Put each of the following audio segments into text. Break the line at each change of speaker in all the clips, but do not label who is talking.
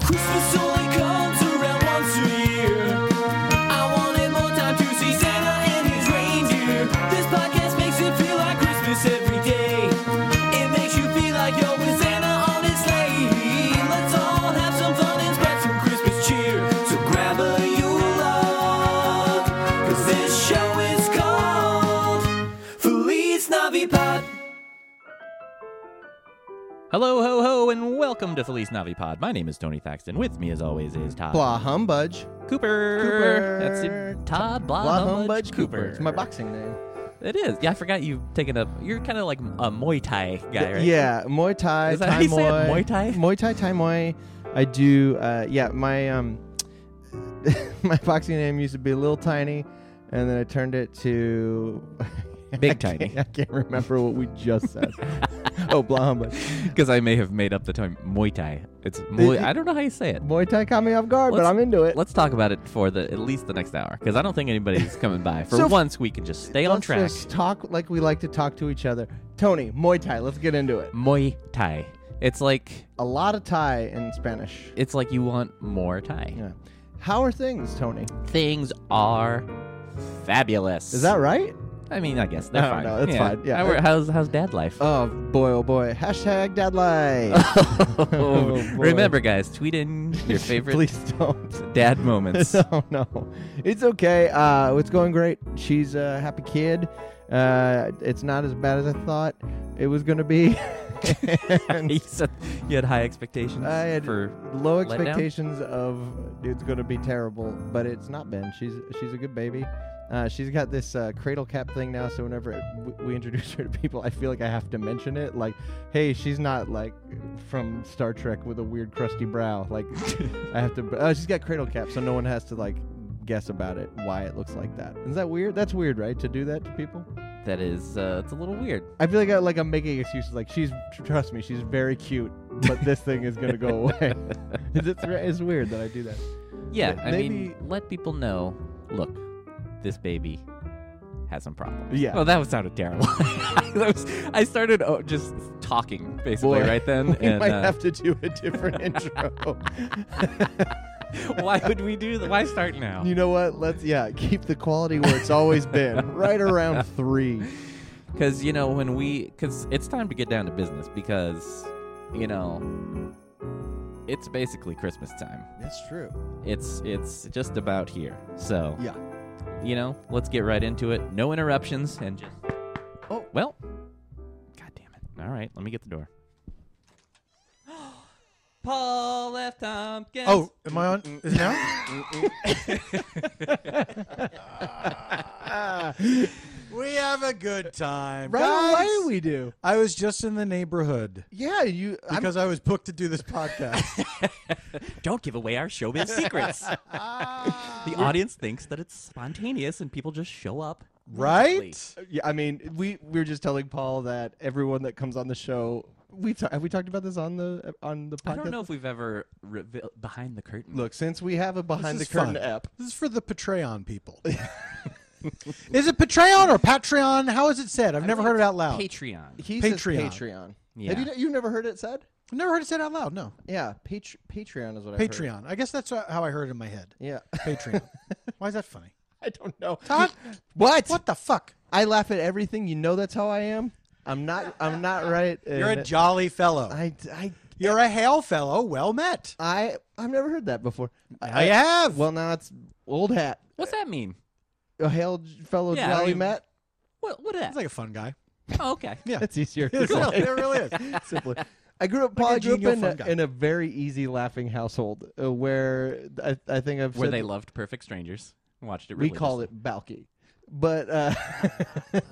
Christmas only comes around once a year. I wanted more time to see Santa and his reindeer. This podcast makes it feel like Christmas every day. It makes you feel like you're with Santa on his sleigh. Let's all have some fun and spread some Christmas cheer. So grab a log, 'cause this show is called Feliz Navipod.
Hello, ho, ho, and welcome to Feliz Navipod. My name is Tony Thaxton. With me, as always, is Todd
Blah humbudge.
Cooper.
Cooper.
That's it. Todd Blah,
Blah
Humbudge
humbudge Cooper.
Cooper.
It's my boxing name.
It is. Yeah, I forgot you've taken up. You're kind of like a Muay Thai guy, right?
Yeah, Muay Thai,
Is that
Thai
how you
Muay,
say it? Muay Thai?
Muay Thai, Thai Muay. I do. Uh, yeah, my um, my boxing name used to be Little Tiny, and then I turned it to
Big
I can't-
Tiny.
I can't remember what we just said. oh, blah humbug.
Because I may have made up the term Muay Thai. It's Muay.
it-
I don't know how you say it.
Muay Thai caught me off guard, but
Let's-
I'm into it.
Let's talk about it for the at least the next hour. Because I don't think anybody's coming by. For
So-
once, we can just stay on
Let's
track.
just talk like we like to talk to each other. Tony, Muay Thai. Let's get into it.
Muay Thai. It's like
A lot of Thai in Spanish.
it's like you want more Thai.
Yeah. How are things, Tony?
Things are fabulous.
Is that right?
I mean, I guess they're
I don't
fine.
know. It's
yeah.
fine. Yeah.
How- how's how's dad life?
Oh boy, oh boy. Hashtag dad life. Oh, boy.
Remember, guys, tweet in your favorite
Please don't.
dad moments.
no, no. It's okay. Uh, it's going great. She's a happy kid. Uh, it's not as bad as I thought it was going to be. and
you said you had high expectations
I had
for
low
letdown?
expectations of it's going to be terrible, but it's not been. She's she's a good baby. Uh, she's got this uh, cradle cap thing now, so whenever it, w- we introduce her to people, I feel like I have to mention it. Like, hey, she's not like from Star Trek with a weird crusty brow. Like, I have to. Oh, she's got cradle cap, so no one has to like guess about it why it looks like that. Is that weird? That's weird, right? To do that to people.
that is uh, it's a little weird.
I feel like I, like I'm making excuses. Like she's tr- trust me, she's very cute, but this thing is gonna go away. it's, it's, re- it's weird that I do that.
Yeah,
But
I mean,
maybe-
let people know. Look, this baby has some problems.
Yeah.
Oh, that was sounded terrible. that was, I started oh, just talking basically
Boy,
right then.
We
and,
might
uh,
have to do a different intro.
why would we do that? Why start now?
you know what? Let's yeah, keep the quality where it's always been, right around three.
Because you know when we, because it's time to get down to business. Because you know, it's basically Christmas time.
That's true.
It's it's just about here. So
Yeah.
you know, let's get right into it. No interruptions and just.
Oh.
well. God damn it! All right, let me get the door. Paul F. Tompkins.
Oh, am I on? Is it now? we have a good time.
ah. Right
guys.
away we do.
I was just in the neighborhood
Yeah, you. I'm,
because i was booked to do this podcast.
Don't give away our showbiz secrets. the audience thinks that it's spontaneous and people just show up. magically.
right?
yeah, I mean, we we were just telling Paul that everyone that comes on the show, we ta- have we talked about this on the on the podcast.
I don't know if we've ever revealed behind the curtain.
Look, since we have a behind the
This is
curtain
fun.
app,
This is for the Patreon people. is it Patreon or Patreon? How is it said? I've never heard it out loud.
Patreon.
He
Patreon.
says Patreon.
Yeah.
Have you you've never heard it said?
I've never heard it said out loud. No.
Yeah, Patr Patreon is what I heard.
Patreon. I guess that's how I heard it in my head.
Yeah.
Patreon. Why is that funny?
I don't know.
Todd,
What?
what the fuck?
I laugh at everything. You know that's how I am. I'm not I'm not right.
You're
and
a jolly fellow.
I I
You're a hail fellow. Well met.
I I've never heard that before.
I have.
Well, now it's old hat.
What's that mean?
A hail j- fellow
Yeah, I
jolly
mean-
Matt.
What? What is that?
It's like a fun guy.
oh, okay.
Yeah.
That's easier.
It really- it really is.
Simply. I grew up. Paul, I grew up
genial
in
fun
a,
guy.
in a very easy laughing household uh, where I, I think I've
Where
said
they loved Perfect Strangers. Watched it.
we call it balky but uh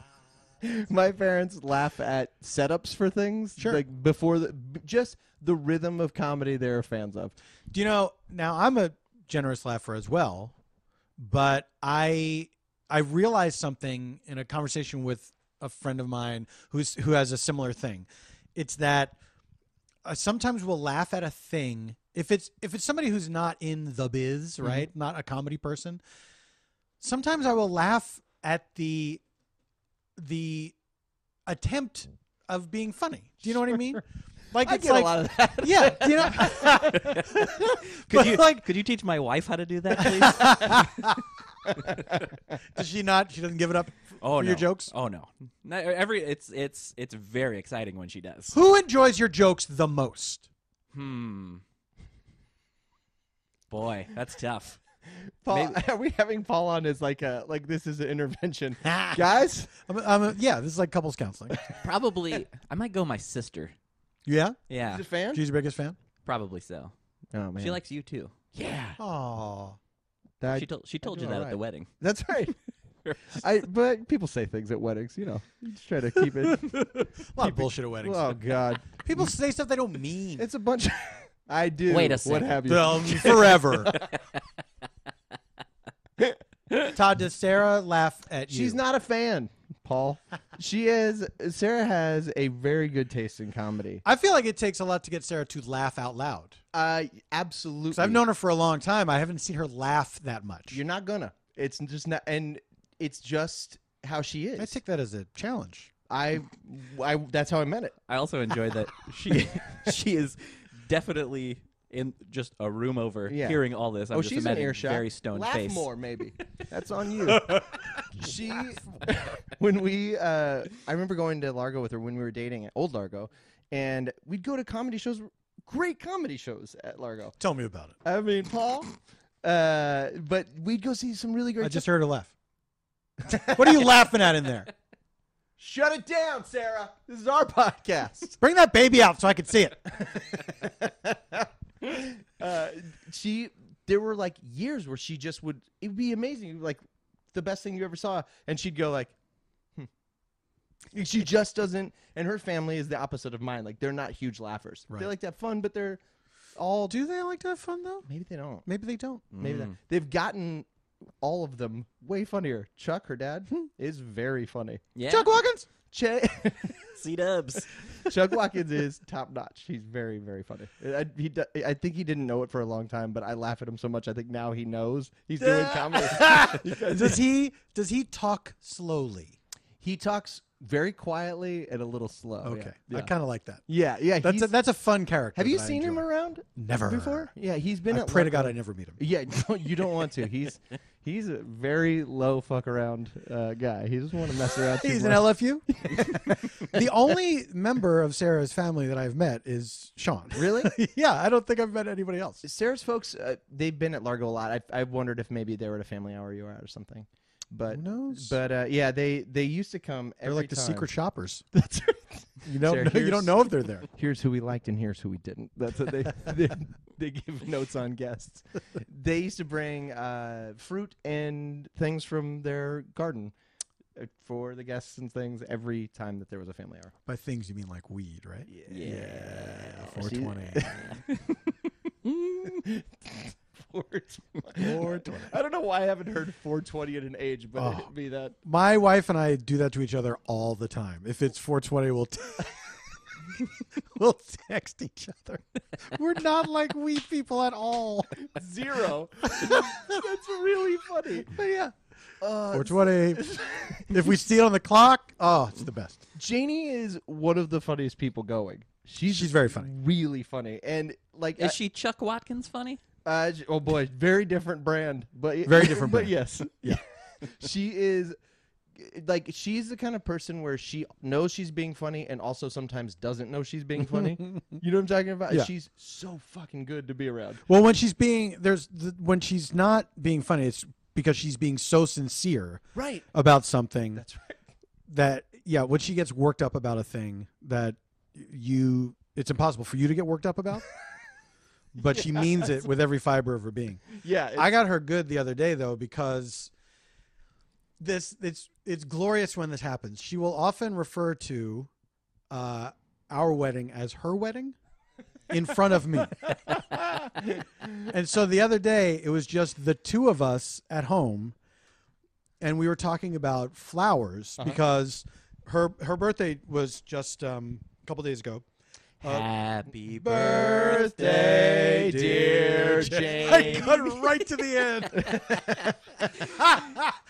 my parents laugh at setups for things
Sure.
like before the b- just the rhythm of comedy they're fans of
Do you know? Now I'm a generous laugher as well, but I I realized something in a conversation with a friend of mine who's who has a similar thing. It's that I sometimes will laugh at a thing if it's if it's somebody who's not in the biz, right? Not a comedy person. Sometimes I will laugh at the the attempt of being funny. Do you know what I mean? Like
I
it's
get
like
a lot of that.
yeah, you know.
could
But,
you
like-
could you teach my wife how to do that, please?
Does she not? She doesn't give it up
oh
for
no.
your jokes.
Oh no. No, Every it's it's it's very exciting when she does.
Who enjoys your jokes the most?
Hmm. Boy, that's tough.
Paul, are we having Paul on as like a like this is an intervention, guys?
I'm, I'm a- yeah, this is like couples counseling.
Probably, I might go my sister.
Yeah,
Yeah,
He's a fan.
she's your biggest fan.
probably so.
oh man,
She likes you too. Yeah,
Oh,
That-
she told she told
do
you that at the
alright.
wedding.
that's right. I but people say things at weddings, you know. You just try to keep it.
a lot of bullshit at weddings.
oh God,
People say stuff they don't mean.
it's a bunch. Of, I do.
Wait a
What
second.
have you?
Um, forever. Todd, does Sarah laugh at you?
She's not a fan, Paul. She is. Sarah has a very good taste in comedy.
I feel like it takes a lot to get Sarah to laugh out loud.
Uh, absolutely.
'Cause I've known her for a long time. I haven't seen her laugh that much.
You're not gonna. It's just not, and it's just how she is.
I take that as a challenge.
I, I. That's how I meant it.
I also enjoy that she she is definitely in just a room over
Yeah.
hearing all this. I'm
oh,
just
she's an
imagining
earshot.
very stone
Laugh
face.
more, maybe. That's on you. she, when we, uh, I remember going to Largo with her when we were dating at Old Largo, and we'd go to comedy shows, great comedy shows at Largo.
Tell me about it.
I mean, Paul. Uh, but we'd go see some really great.
I just heard her laugh. what are you laughing at in there?
Shut it down, Sarah. This is our podcast.
Bring that baby out so I can see it.
uh, she there were like years where she just would it'd be amazing like the best thing you ever saw and she'd go like hmm. she just doesn't and her family is the opposite of mine like they're not huge laughers they
Right.
like to have fun but they're all
Do they like to have fun though?
maybe they don't
Maybe they don't.
maybe that, they've gotten all of them way funnier chuck her dad is very funny
Yeah,
Chuck Watkins.
Ch-
C Dubs.
Chuck Watkins is top notch. He's very, very funny. I, he, do- I think he didn't know it for a long time, but I laugh at him so much. I think now he knows he's doing comedy.
does he? Does he talk slowly?
he talks very quietly and a little slow. yeah.
Okay,
Yeah.
I kind of like that.
yeah, yeah,
That's
he's-
a, that's a fun character.
have you
that I
seen him
enjoy.
around?
Never.
before. Yeah, he's been.
I
at
pray to
Largo.
God I never meet him.
Yeah, no, you don't want to. He's he's a very low fuck around uh, guy. He doesn't want to mess around. Too
He's an
much.
LFU. the only member of Sarah's family that I've met is Sean.
Really?
yeah, I don't think I've met anybody else.
Sarah's folks, uh, they've been at Largo a lot. I, I wondered if maybe they were at a family hour you were at or something. But
Who knows?
But uh, yeah, they they used to come.
They're
every
like the
time.
secret shoppers.
That's right.
You don't
Sarah,
know, you
here's-
don't know if they're there.
Here's who we liked and here's who we didn't. That's what they they, they give notes on guests. They used to bring uh, fruit and things from their garden uh, for the guests and things every time that there was a family hour.
By things you mean like weed, right?
Yeah.
420.
420.
420.
I don't know why I haven't heard 420 at an age, but
Oh.
it'd be that.
My wife and I do that to each other all the time. If it's 420, we'll t- we'll text each other. We're not like we people at all.
Zero. That's really funny. But yeah. Uh,
420. If we see it on the clock, oh, it's the best.
Janie is one of the funniest people going. She's
She's very funny.
really funny, and like,
Is she Chuck Watkins funny?
uh, uh, j- oh boy, very different brand, but
Very different
but
brand.
yes,
Yeah.
she is like she's the kind of person where she knows she's being funny and also sometimes doesn't know she's being funny. you know what I'm talking about?
Yeah.
She's so fucking good to be around.
Well, when she's being there's the, when she's not being funny, it's because she's being so sincere
Right.
about something
That's right.
that yeah, when she gets worked up about a thing that you it's impossible for you to get worked up about. But she means it with every fiber of her being.
Yeah.
I got her good the other day though because this it's it's glorious when this happens. She will often refer to uh, our wedding as her wedding in front of me. and so the other day it was just the two of us at home and we were talking about flowers because her her birthday was just um, a couple days ago.
Happy
birthday, dear I cut right to the end.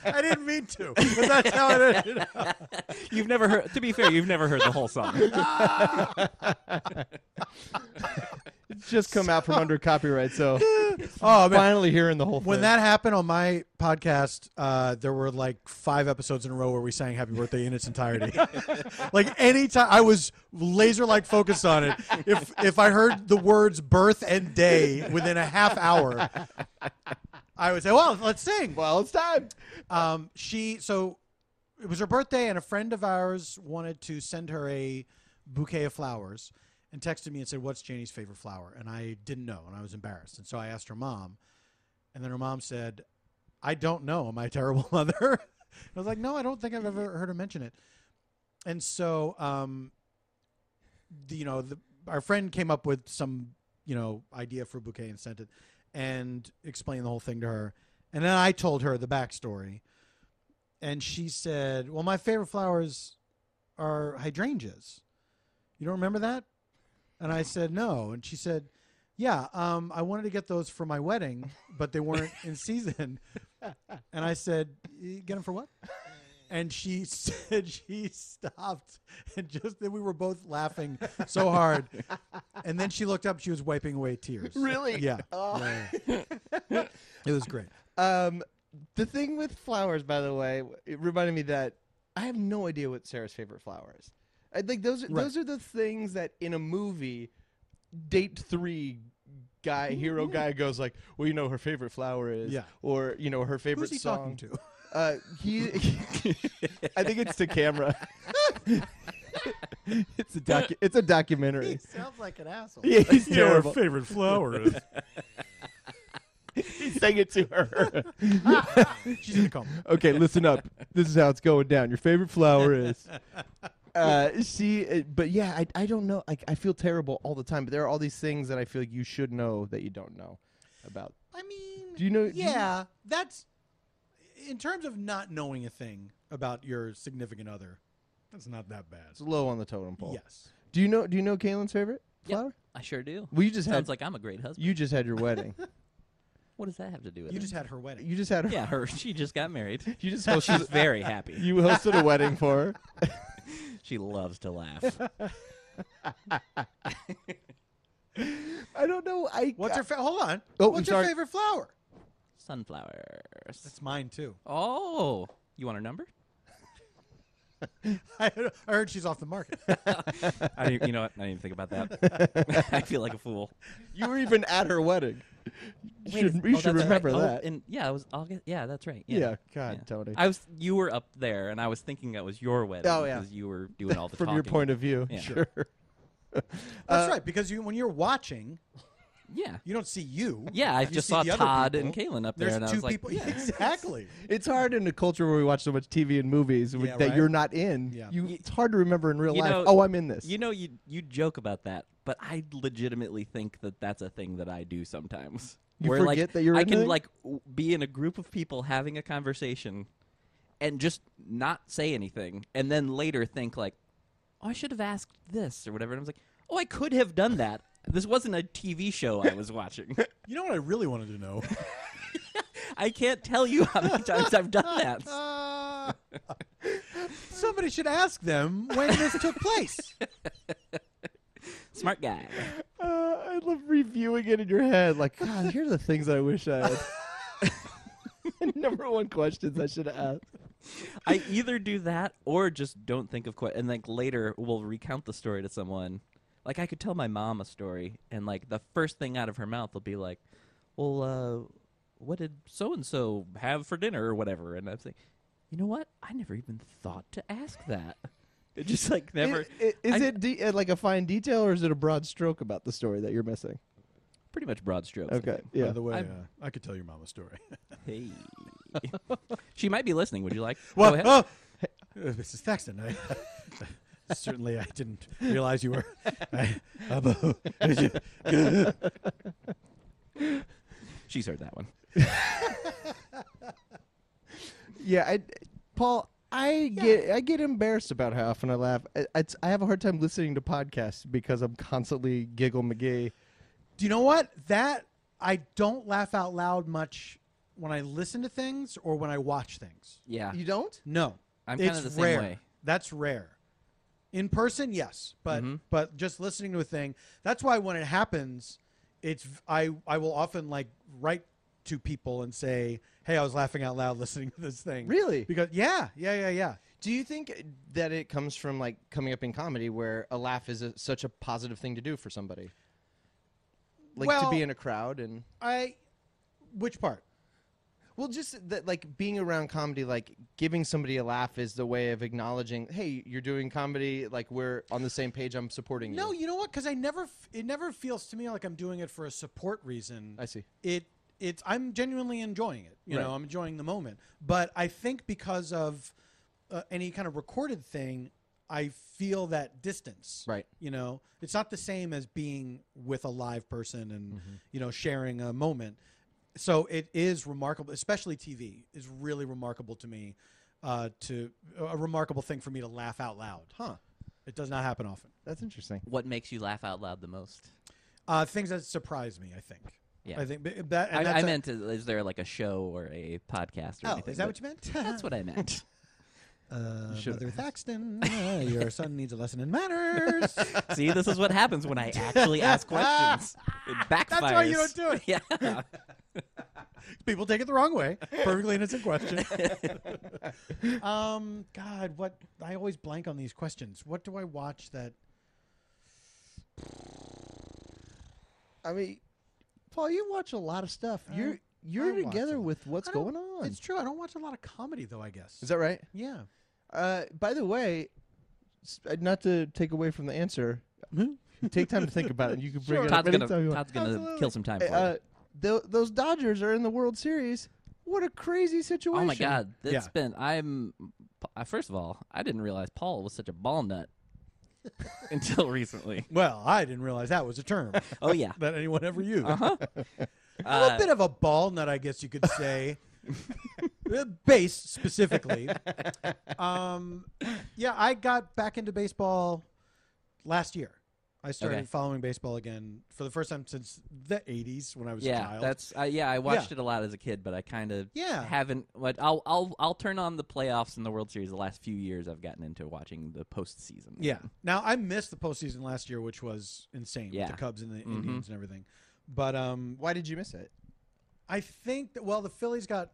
I didn't mean to, but that's how it ended. up.
You've never heard. To be fair, you've never heard the whole song.
It's just come out from under copyright, so
Oh man,
finally hearing the whole thing.
when that happened on my podcast, uh, there were like five episodes in a row where we sang "Happy Birthday" in its entirety. like any time, I was laser like focused on it. If if I heard the words "birth" and "day" within a half hour, I would say, "Well, let's sing."
well, it's time.
Um, she so it was her birthday, and a friend of ours wanted to send her a bouquet of flowers, and texted me and said, "What's Janie's favorite flower?" And I didn't know, and I was embarrassed, and so I asked her mom, and then her mom said, "I don't know. Am I a terrible mother?" I was like, "No, I don't think I've ever heard her mention it." And so, um, the- you know, the, our friend came up with some, you know, idea for a bouquet and sent it, and explained the whole thing to her. And then I told her the backstory, and she said, "Well, my favorite flowers are hydrangeas. You don't remember that?" And I said, "No." And she said, "Yeah, um, I wanted to get those for my wedding, but they weren't in season." And I said, "You "Get them for what?" And she said she stopped and just then we were both laughing so hard. And then she looked up, she was wiping away tears.
Really?
Yeah.
Oh.
Yeah, yeah, yeah. it was great.
Um, the thing with flowers, by the way, it reminded me that I have no idea what Sarah's favorite flower is. I like those.
Right.
Those are the things that in a movie, date three guy hero guy goes like, well, you know, her favorite flower is,
Yeah.
or you know, her favorite
Who's he
song.
talking to?
Uh, he, I think it's to camera. it's a docu- It's a documentary.
sounds like an asshole.
Yeah, he's terrible.
favorite flower is.
He sang it to her.
She's gonna come.
okay, listen up. This is how it's going down. Your favorite flower is. Uh, see, uh, but yeah, I, I don't know. Like, I feel terrible all the time. But there are all these things that I feel like you should know that you don't know about.
I mean,
Do you know- do you-
Yeah, that's in terms of not knowing a thing about your significant other. That's not that bad.
It's low on the totem pole.
Yes.
Do you know? Do you know Kaylin's favorite
Yep.
flower?
I sure do.
Well, you just had
Sounds like I'm a great husband.
you just had your wedding.
What does that have to do with
You
it?
just had her wedding.
you just had her.
yeah, her. She just got married.
You just
So
hosted.
she's very happy.
you hosted a wedding for her.
She loves to laugh.
I don't know. I
What's her? Fa- hold on.
Oh,
What's
I'm
your
sorry.
favorite flower?
Sunflowers.
That's mine too.
Oh, you want her number?
I heard, I heard she's off the market.
I didn't, you know what? I didn't even think about that. I feel like a fool.
You were even at her wedding. You
Wait,
should,
is-
you
oh,
should
that's right.
remember
Oh,
that.
and yeah, it was August. Yeah, that's right.
yeah.
Yeah.
God,
yeah.
Tony.
I was. You were up there, and I was thinking that was your wedding.
Oh, yeah.
Because you were doing all the
From your
talking.
point of view,
Yeah.
sure.
That's right. Because you, when you're watching,
Yeah.
you don't see you.
Yeah, I
You
just
see
saw
the other
Todd
people.
and Caitlin up there,
There's
and I
two
was like,
people.
yeah.
Exactly.
It's hard in a culture where we watch so much TV and movies w-
Yeah,
that
right.
you're not in.
Yeah.
You, it's hard to remember in real
You
life.
know-
oh, I'm in this.
You know, you you joke about that, but I legitimately think that that's a thing that I do sometimes.
You
Where, like,
forget that you're
I
in
can
there?
like w- be in a group of people having a conversation, and just not say anything, and then later think like, "Oh, I should have asked this or whatever." And I was like, "Oh, I could have done that. This wasn't a TV show I was watching."
You know what I really wanted to know?
I can't tell you how many times I've done that.
Uh, somebody should ask them when this took place.
Smart guy.
uh, I love reviewing it in your head. Like, God, here are the things I wish I had. Number one questions I should have
I either do that or just don't think of quite. And like later, we'll recount the story to someone. Like I could tell my mom a story, and like the first thing out of her mouth will be like, "Well, uh, what did so and so have for dinner or whatever?" And I'm saying, "You know what? I never even thought to ask that." It just like never.
Is, is,
I-
it de- uh, like a fine detail or is it a broad stroke about the story that you're missing?
pretty much broad strokes. I
Okay.
think.
Yeah.
By the way, uh,
I'm-
I could tell your mom a story.
Hey. she might be listening. Would you like? go
Well,
ahead.
oh, uh, Mrs. Thaxton, I, certainly I didn't realize you were. I, I'm a-
She's heard that one.
Yeah, I, Paul, I get I get embarrassed about how often I laugh. I, it's, I have a hard time listening to podcasts because I'm constantly giggle McGee.
Do you know what? That I don't laugh out loud much when I listen to things or when I watch things.
Yeah,
You don't?
No,
I'm
it's
kind of the same
rare.
way.
That's rare. In person, yes, but
Mhm.
but just listening to a thing. That's why when it happens, it's I I will often like write to people and say, "Hey, I was laughing out loud listening to this thing."
Really?
Because yeah, yeah, yeah, yeah.
Do you think that it comes from like coming up in comedy where a laugh is a, such a positive thing to do for somebody? Like to
Well-
be in a crowd and
I which part?
well just that like being around comedy like giving somebody a laugh is the way of acknowledging hey you're doing comedy like we're on the same page I'm supporting
No,
you.
you know what? Because I never f- it never feels to me like I'm doing it for a support reason.
I see.
it it's I'm genuinely enjoying it. You know,
Right.
I'm enjoying the moment. But I think because of uh, any kind of recorded thing, I feel that distance.
Right.
You know, it's not the same as being with a live person and
Mm-hmm.
you know sharing a moment. So it is remarkable, especially TV is really remarkable to me. Uh, to a remarkable thing for me to laugh out loud.
Huh.
It does not happen often.
That's interesting.
What makes you laugh out loud the most?
Uh, things that surprise me, I think.
Yeah.
I think b- that. And
I,
that's
I
a-
meant, is, is there like a show or a podcast or
Oh,
anything?
is that
but
what you meant?
That's what I meant.
Uh,
Should-
Mother Thaxton, uh, your son needs a lesson in manners.
See, this is what happens when I actually ask questions. It backfires.
That's why you don't do it.
Yeah.
People take it the wrong way. Perfectly innocent question. um, God, what? I always blank on these questions. What do I watch that?
I mean, Paul, you watch a lot of stuff.
I
You're
don't- I
you're
don't watch a
together
lot.
with what's
I don't-
going on.
It's true. I don't watch a lot of comedy, though. I guess.
Is that right?
yeah.
Uh, by the way, s- uh, not to take away from the answer, take time to think about it. And you can bring it up
Todd's
anytime
gonna,
you want.
Todd's gonna
Absolutely.
kill some time for
Hey,
it.
uh, tho- those Dodgers are in the World Series. What a crazy situation!
Oh my God, that's
Yeah.
been. I'm. uh, First of all, I didn't realize Paul was such a ball nut until recently.
Well, I didn't realize that was a term
Oh yeah, Uh-huh.
that anyone ever used. I'm a
uh,
bit of a ball nut, I guess you could say. Uh, Base specifically. Um, yeah, I got back into baseball last year. I started
Okay.
following baseball again for the first time since the '80s when I was a
yeah.
child.
That's uh, yeah. I watched it a lot as a kid, but I kind of
Yeah.
haven't. Like, I'll I'll I'll turn on the playoffs and the World Series. The last few years, I've gotten into watching the postseason.
yeah. Now I missed the postseason last year, which was insane.
Yeah. Mm-hmm.
with the Cubs and the Indians and everything. But um,
Why did you miss it?
I think that well, the Phillies got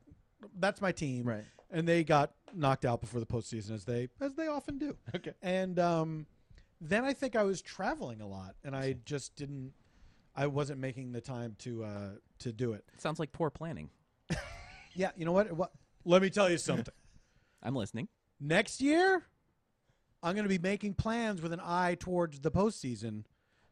that's my team,
Right.
And they got knocked out before the postseason, as they as they often do.
Okay.
And um, then I think I was traveling a lot, and I just didn't. I wasn't making the time to uh, to do it.
sounds like poor planning.
Yeah, you know what? What? Let me tell you something.
I'm listening.
Next year, I'm going to be making plans with an eye towards the postseason,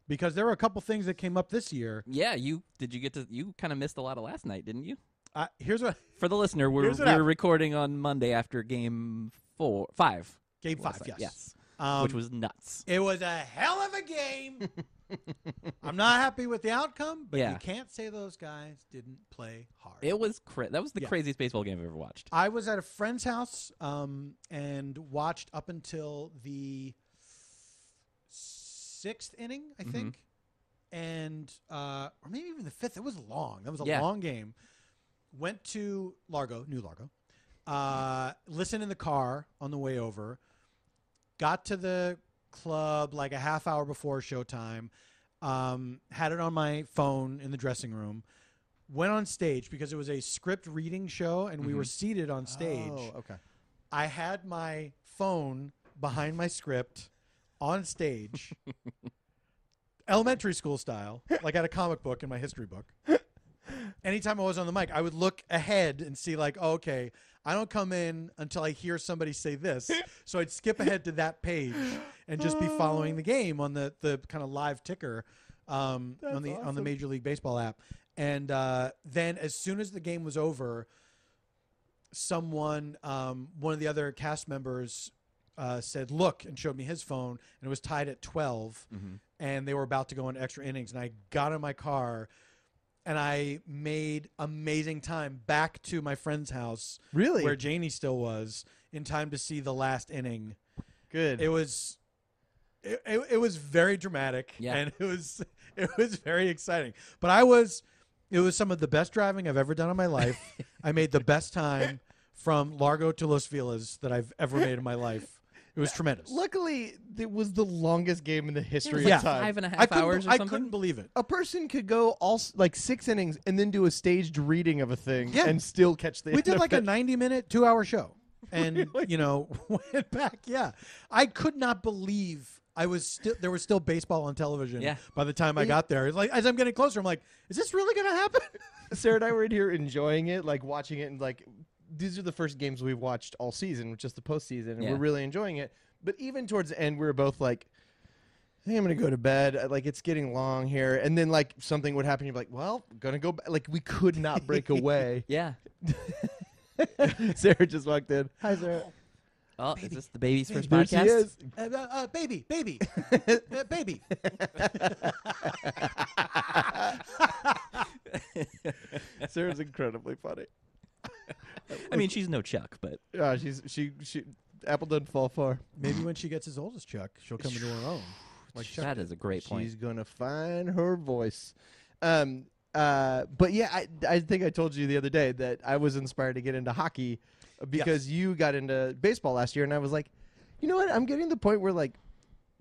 because there were a couple things that came up this year.
Yeah, you did. You get to you kind of missed a lot of last night, didn't you?
I, here's what
For the listener, we're
Here's what
we're
happened.
recording on Monday after game four five.
game
last
five.
night.
Yes.
yes,
Um,
which was nuts.
It was a hell of a game. I'm not happy with the outcome, but
Yeah.
you can't say those guys didn't play hard.
It was cra- that was the
Yeah.
craziest baseball game I've ever watched.
I was at a friend's house um, and watched up until the sixth inning, I
Mhm.
think, and uh, or maybe even the fifth. It was long. That was a
Yeah.
long game. Went to Largo, New Largo. Uh, listened in the car on the way over. Got to the club like a half hour before showtime. Um, had it on my phone in the dressing room. Went on stage because it was a script reading show, and we were seated on stage.
Oh, okay.
I had my phone behind my script on stage, elementary school style, like I had a comic book in my history book. Anytime I was on the mic, I would look ahead and see, like, oh, okay, I don't come in until I hear somebody say this. So I'd skip ahead to that page and just be following the game on the, the kind of live ticker um, on the on the Major League Baseball app. And uh, then as soon as the game was over, someone, um, one of the other cast members, uh, said, "Look," and showed me his phone, and it was tied at 12 and they were about to go into extra innings. And I got in my car, and I made amazing time back to my friend's house,
Really?
where Janie still was, in time to see the last inning.
Good.
It was. It, it, it was very dramatic
Yeah.
and it was it was very exciting but i was It was some of the best driving I've ever done in my life. I made the best time from Largo to Los Feliz that I've ever made in my life. It was tremendous.
Luckily, it was the longest game in the
It was
history
like
Yeah.
of time.
five and a
I
half
couldn't,
hours or
I
something.
couldn't believe it.
a person could go all s- like six innings and then do a staged reading of a thing
Yeah.
and still catch the.
we
end
did
of
like
it.
a 90 minute two hour show and you know went back yeah i could not believe i was still there was still baseball on television
Yeah.
by the time i got there It's like as i'm getting closer i'm like is this really gonna happen
Sarah and I were in here enjoying it, like watching it, and like these are the first games we've watched all season, which is the postseason, and
Yeah.
we're really enjoying it. But even towards the end, we were both like, "I think I'm gonna go to bed. Uh, Like it's getting long here." And then like something would happen, you'd be like, "Well, gonna go." ba-" Like we could not break away.
Yeah.
Sarah just walked in. Hi, Sarah.
Oh, is this the baby's first
There she
podcast?
is.
uh, uh, uh, baby baby uh, baby
Sarah's incredibly funny.
I mean, she's no Chuck, but
Yeah, she's she she. Apple doesn't fall far.
maybe when she gets as old as chuck she'll come into her own like chuck
that is a great point.
She's gonna find her voice. Um, uh, but yeah, I, I think I told you the other day that I was inspired to get into hockey because you got into baseball last year, and I was like, you know what? I'm getting to the point where like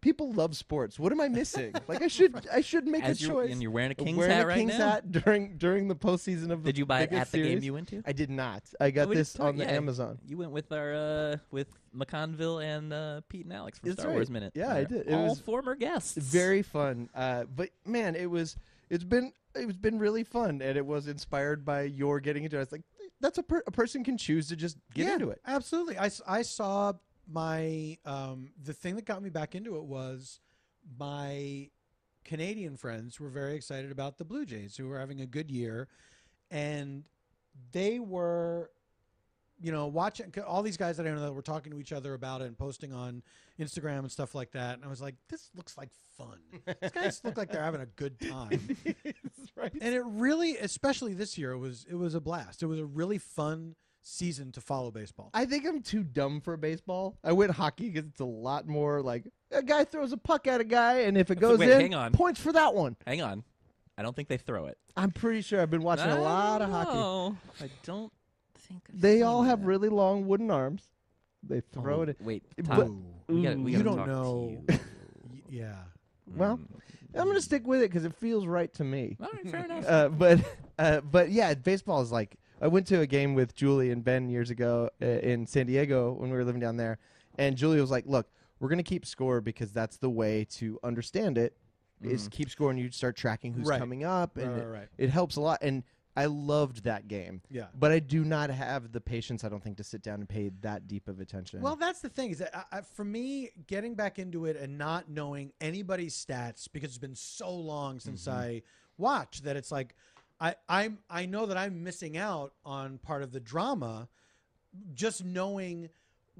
people love sports. What am I missing? like I should I should make
As
a
you're-
choice.
and you're wearing a
I'm
Kings
wearing
hat
a
right
Kings
now?
hat during during the postseason of the
Did you buy it
biggest
at the game
series.
you went to?
I did not. I got
We
this
talked-
on the
yeah,
Amazon.
You went with our uh, with McConville and uh, Pete and Alex from
That's
Star
right.
Wars Minute.
Yeah, I
They're
did. It
all
was
former guests.
very fun uh but man it was it's been it's been really fun and it was inspired by your getting into it it's like that's a, per- a person can choose to just get into it
Absolutely. I, s- I saw my um, the thing that got me back into it was my Canadian friends were very excited about the Blue Jays who were having a good year and they were you know watching all these guys that I know that were talking to each other about it and posting on Instagram and stuff like that and I was like this looks like fun. these guys look like they're having a good time
right
and it really especially this year it was it was a blast it was a really fun season to follow baseball
i think i'm too dumb for baseball i went hockey because it's a lot more like a guy throws a puck at a guy and if it goes
wait,
in
hang on.
points for that one
Hang on, I don't think they throw it.
i'm pretty sure i've been watching a lot of hockey
No, I don't think I've
they
seen
all have
that.
really long wooden arms they
Oh,
throw it at-
Wait,
It-
Todd,
but-
we gotta- we
You
gotta talk
don't
to
know.
you.
Y- yeah
well
Mm.
i'm gonna stick with it because it feels right to me
All right, fair enough.
uh, but uh, but yeah, baseball is like I went to a game with Julie and Ben years ago uh, in San Diego when we were living down there, and Julie was like, "Look, we're gonna keep score because that's the way to understand it. Is keep score and you start tracking who's
Mm-hmm. Right.
coming up, and
Right,
it,
right, right.
it helps a lot." And I loved that game.
Yeah.
but I do not have the patience. I don't think to sit down and pay that deep of attention.
well that's the thing is that I, I, for me getting back into it and not knowing anybody's stats because it's been so long since
Mm-hmm.
i watched that it's like i i'm i know that i'm missing out on part of the drama just knowing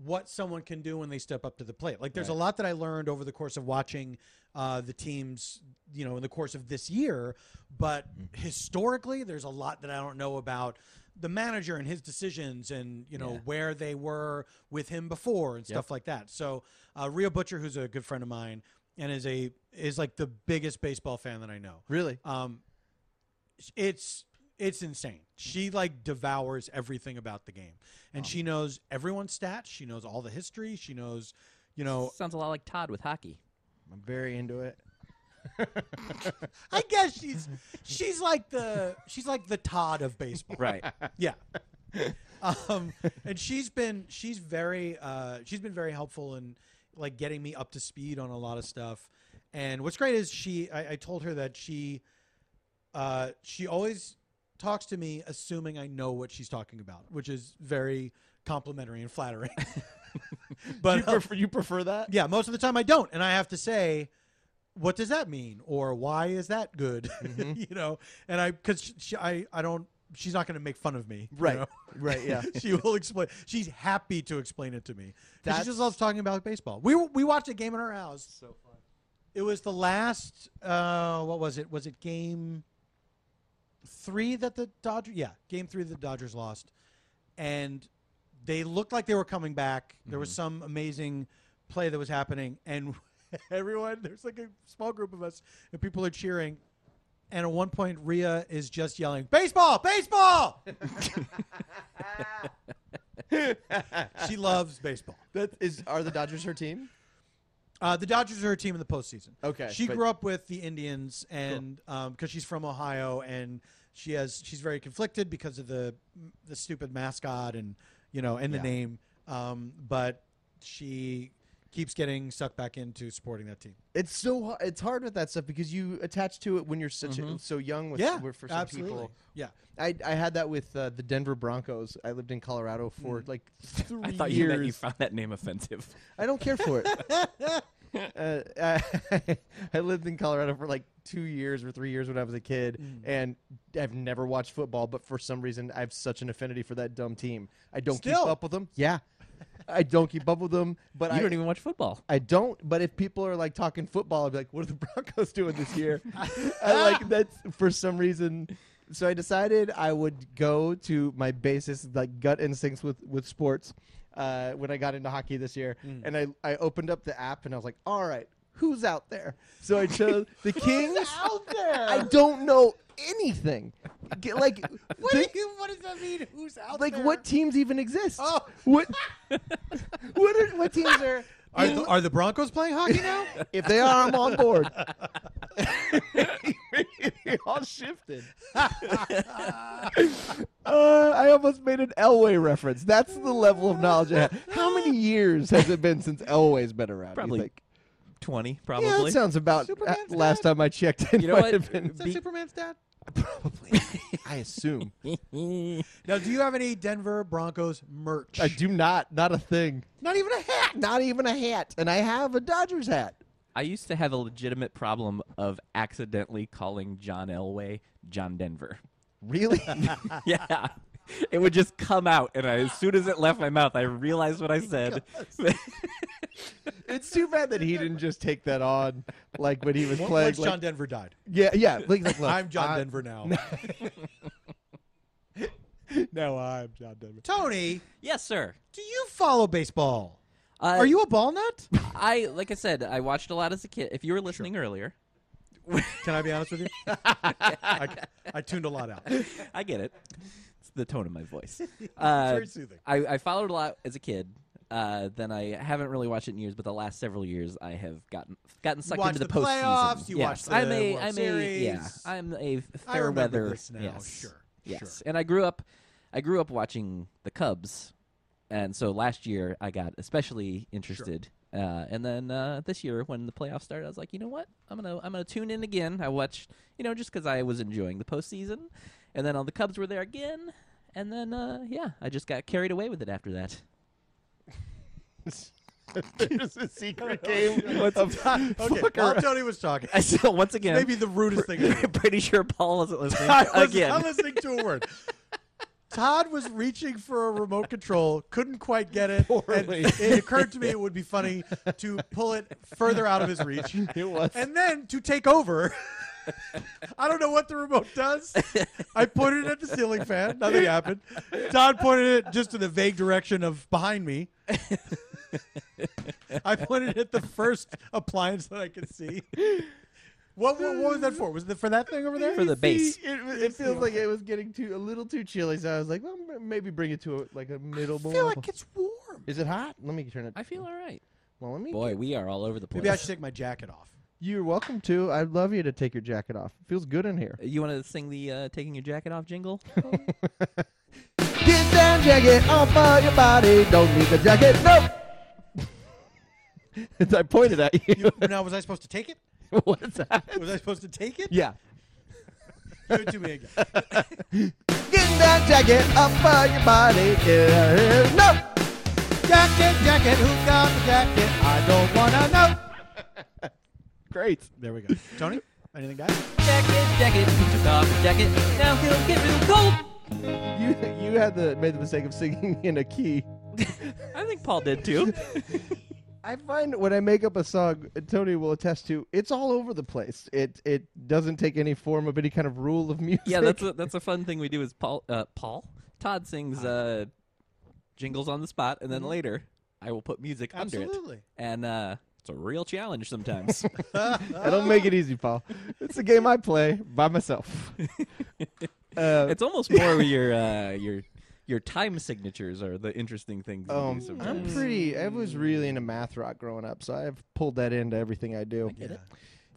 what someone can do when they step up to the plate. Like there's a lot that I learned over the course of watching uh, the teams, you know, in the course of this year. But historically, there's a lot that I don't know about the manager and his decisions, and you know
Yeah.
where they were with him before and stuff like that. So uh, Rhea Butcher, who's a good friend of mine, and is a is like the biggest baseball fan that I know.
really,
Um, it's it's insane. She like devours everything about the game, and she knows everyone's stats. She knows all the history. She knows, you know.
Sounds a lot like Todd with hockey.
I'm very into it.
I guess she's she's like the she's like the Todd of baseball.
Right.
Yeah. Um, and she's been she's very uh, she's been very helpful in like getting me up to speed on a lot of stuff. And what's great is she I, I told her that she uh, she always talks to me assuming I know what she's talking about, which is very complimentary and flattering. but
you,
uh,
prefer, you prefer that?
yeah, most of the time I don't, and I have to say, what does that mean, or why is that good?
Mm-hmm.
you know, and I because she, I I don't. She's not going to make fun of me, you
Right.
know?
Right. Yeah.
she will explain. She's happy to explain it to me. 'Cause She
That's-
just loves talking about baseball. We we watched a game in her house. So fun. It was the last. Uh, what was it? Was it game three that the Dodgers? Yeah, game three that the Dodgers lost, and they looked like they were coming back. There was
Mm-hmm.
some amazing play that was happening, and everyone there's like a small group of us, and people are cheering and at one point Rhea is just yelling, "Baseball, baseball!" she loves baseball.
That is, are the Dodgers her team?
Uh, the Dodgers are her team in the postseason.
Okay,
She
but-
grew up with the Indians, and because she's from Ohio, and she has she's very conflicted because of the the stupid mascot and you know and the
Yeah.
name. Um, but she keeps getting sucked back into supporting that team.
It's so har- it's hard with that stuff because you attach to it when you're such
Mm-hmm.
a, so young. With
Yeah,
with- for some
absolutely.
people,
Yeah.
I, I had that with uh, the Denver Broncos. I lived in Colorado for like three
Hmm. I thought
years.
you meant you found that name offensive.
I don't care for it. uh, I, I lived in Colorado for like two years or three years when I was a kid,
Hmm.
and I've never watched football. But for some reason, I have such an affinity for that dumb team. I don't
Still.
keep up with them. Yeah, I don't keep up with them. But
You
I
don't even watch football.
I don't, but if people are like talking football, I'd be like, what are the Broncos doing this year? I like that's for some reason. So I decided I would go to my basis, like gut instincts with, with sports uh, when I got into hockey this year.
Mm.
And I, I opened up the app and I was like, all right, who's out there? So I chose the Kings. out there? I don't know anything. Get, like,
What,
think-
do you- what does that mean? Who's out
like
there?
what teams even exist?
Oh.
What, what, are, what teams are.
Are the, are the Broncos playing hockey now?
If they are, I'm on board. they all shifted. uh, I almost made an Elway reference. That's the level of knowledge I have. How many years has it been since Elway's been around? you
Probably
think?
Twenty,
Yeah,
probably.
that sounds about uh,
Superman's
last
dad?
time I checked. It
You know
might
what?
have been
Is that
Be-
Superman's dad?
probably. I assume.
Now, do you have any Denver Broncos merch?
I do not. Not a thing.
Not even a hat.
Not even a hat. And I have a Dodgers hat.
I used to have a legitimate problem of accidentally calling John Elway John Denver.
Really?
yeah. It would just come out, and I, as soon as it left my mouth, I realized what I said.
it's too bad that he didn't just take that on, like when he was playing.
Once
like-
John Denver died,
Yeah, yeah. Like, like, look,
I'm John
I-
Denver now.
No, I'm John Denver.
Tony,
yes, sir.
do you follow baseball?
Uh,
Are you a ball nut?
I like I said, I watched a lot as a kid. If you were listening earlier,
Can I be honest with you? I, I tuned a lot out.
I get it. It's the tone of my voice. Uh,
Very soothing.
I, I followed a lot as a kid. Uh, then I haven't really watched it in years, but the last several years I have gotten gotten sucked
watched
into the,
the
postseason.
playoffs, you
yes,
watched the
I'm a,
World
I'm a, yeah,
Series.
I'm a
I
fair
remember
weather.
this now.
Yes,
Sure,
yes.
sure.
And I grew up, I grew up watching the Cubs, and so last year I got especially interested. Uh, and then uh, this year when the playoffs started, I was like, you know what, I'm gonna I'm gonna tune in again. I watched, you know, just because I was enjoying the postseason, and then all the Cubs were there again. And then, uh, yeah, I just got carried away with it after that.
There's a secret game. What's
Okay, while Tony was talking,
I still, once again,
maybe the rudest thing. ever.
I'm pretty sure Paul wasn't listening
I was
again.
not listening to a word. Todd was reaching for a remote control, couldn't quite get it. and
Poorly.
it occurred to me it would be funny to pull it further out of his reach.
It was.
And then to take over. I don't know what the remote does. I pointed it at the ceiling fan. Nothing happened. Todd pointed it just in the vague direction of behind me. I pointed it at the first appliance that I could see. What, what, what was that for? Was it for that thing over there?
For the base.
It, it feels like it was getting too a little too chilly, so I was like, well, m- maybe bring it to a, like a middle
I
bowl.
feel like it's warm.
Is it hot? Let me turn it.
I feel all right.
Well, let me.
Boy, we are all over the place.
Maybe I should take my jacket off.
You're welcome to. I'd love you to take your jacket off. It feels good in here.
You want to sing the uh, "Taking Your Jacket Off" jingle?
Get that jacket off of your body. Don't leave the jacket. Nope. I pointed at you.
now, was I supposed to take it?
What's that?
Was I supposed to take it?
Yeah.
Give it to me again.
Get that jacket off of your body. Yeah. Nope.
jacket, jacket, who got the jacket? I don't want to know.
Great.
There we go. Tony, anything, guys?
jacket, jacket, he took off his jacket. Now he'll get real cold.
You you had the made the mistake of singing in a key.
I think Paul did too.
I find when I make up a song, Tony will attest to, it's all over the place. It it doesn't take any form of any kind of rule of music.
yeah, that's a, that's a fun thing we do. Is Paul uh, Paul Todd Mm-hmm. sings uh, jingles on the spot, and then later I will put music under it.
Absolutely.
And uh, It's a real challenge sometimes.
I don't make it easy, Paul. It's a game I play by myself. uh,
it's almost more where your uh, your your time signatures are the interesting things. you do
um, I'm
sometimes.
pretty. I was really into math rock growing up, so I've pulled that into everything I do.
Yeah.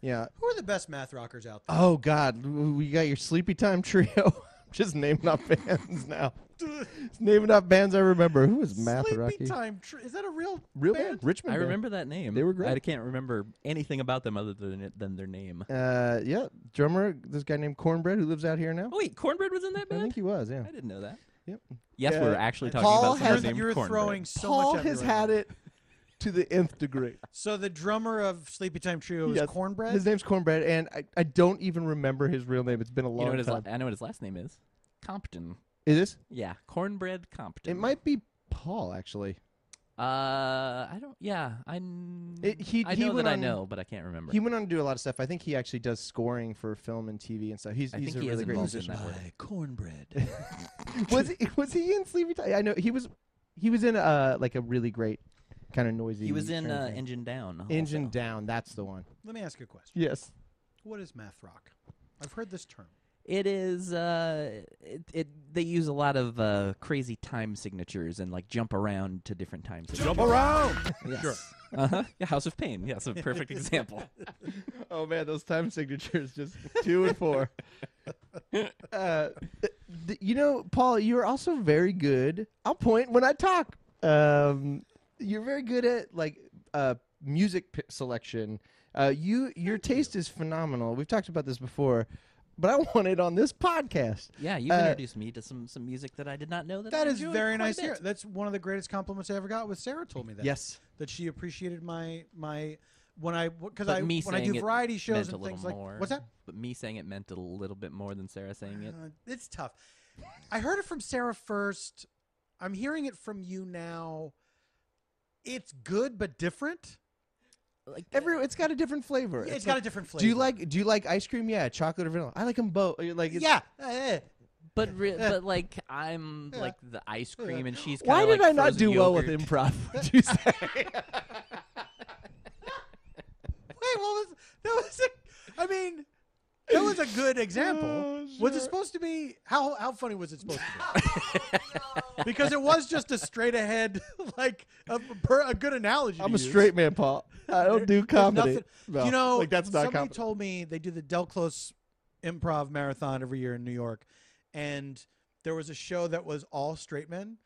Yeah.
Who are the best math rockers out there?
Oh God, w- we got your Sleepy Time trio. Just naming off bands now. Just naming off bands I remember. Who was Math
Sleepy
Rocky?
Time. Tr- Is that a real
Real
band?
band, Richmond.
I
band.
remember that name.
They were great.
I can't remember anything about them other than it- than their name.
Uh, yeah, drummer. This guy named Cornbread who lives out here now.
Oh wait, Cornbread was in that
I
band.
think he was. Yeah.
I didn't know that.
Yep.
Yes,
Yeah.
we're actually talking
Paul
about someone
has.
named
You're
Cornbread.
throwing so
Paul
much. at me
has
right
had
now.
it to the nth degree.
So the drummer of Sleepy Time Trio is
Yes.
Cornbread.
His name's Cornbread, and I, I don't even remember his real name. It's been a long
You know what his la-
time.
I know what his last name is. Compton.
Is this?
Yeah, Cornbread Compton.
It might be Paul actually.
Uh, I don't. Yeah, I. kn-
It- he-
I
he
know
went
that I
on-
know, but I can't remember.
He went on to do a lot of stuff. I think he actually does scoring for film and TV and stuff. He's
I
he's
think
a
he
really
is
great
involved
musician.
in that one.
By Cornbread.
was he, was he in Sleepy Time? I know he was. He was in uh like a really great kind of noisy.
He was in
kind of
uh,
thing.
Engine Down.
Engine
also.
Down. That's the one.
Let me ask you a question.
Yes.
What is math rock? I've heard this term.
It is. Uh, it, it they use a lot of uh, crazy time signatures and like jump around to different time signatures. Jump around. yes. Uh huh. Yeah, House of Pain. Yes, a perfect example.
Oh man, those time signatures just two and four. uh, th- you know, Paul, you're also very good. I'll point when I talk. Um, you're very good at like uh, music p- selection. Uh, you your taste is phenomenal. We've talked about this before, but I want it on this podcast.
Yeah, you
Uh,
have introduced me to some some music that I did not know that.
That
I
is
enjoyed quite
very
a
nice. to
bit.
hear. That's one of the greatest compliments I ever got. Was Sarah told me that.
Yes.
That she appreciated my my when I because
But
I
me
when I
saying
do
it
variety
meant
shows
a
and
little
things like
more.
what's that?
But me saying it meant a little bit more than Sarah saying it.
Uh, it's tough. I heard it from Sarah first. I'm hearing it from you now. It's good but different.
Uh, Like
Every it's got a different flavor.
Yeah, it's got a different flavor.
Do you like do you like ice cream? Yeah, chocolate or vanilla. I like them both. Like it's-
Yeah. Eh,
But re- but like I'm like the ice cream, and she's.
Why
kinda
did
like
I not
frozen
do well with
yogurt.
improv? Would you say?
Wait, what was that? Was a, I mean, that was a good example. Was it supposed to be how how funny was it supposed to be? because it was just a straight ahead like a, per, a good analogy.
I'm
to
a
use.
straight man, Paul. I don't do
There's
comedy.
nothing-
No,
you know,
like that's not
somebody
comedy.
told me they do the Del Close Improv Marathon every year in New York, and there was a show that was all straight men,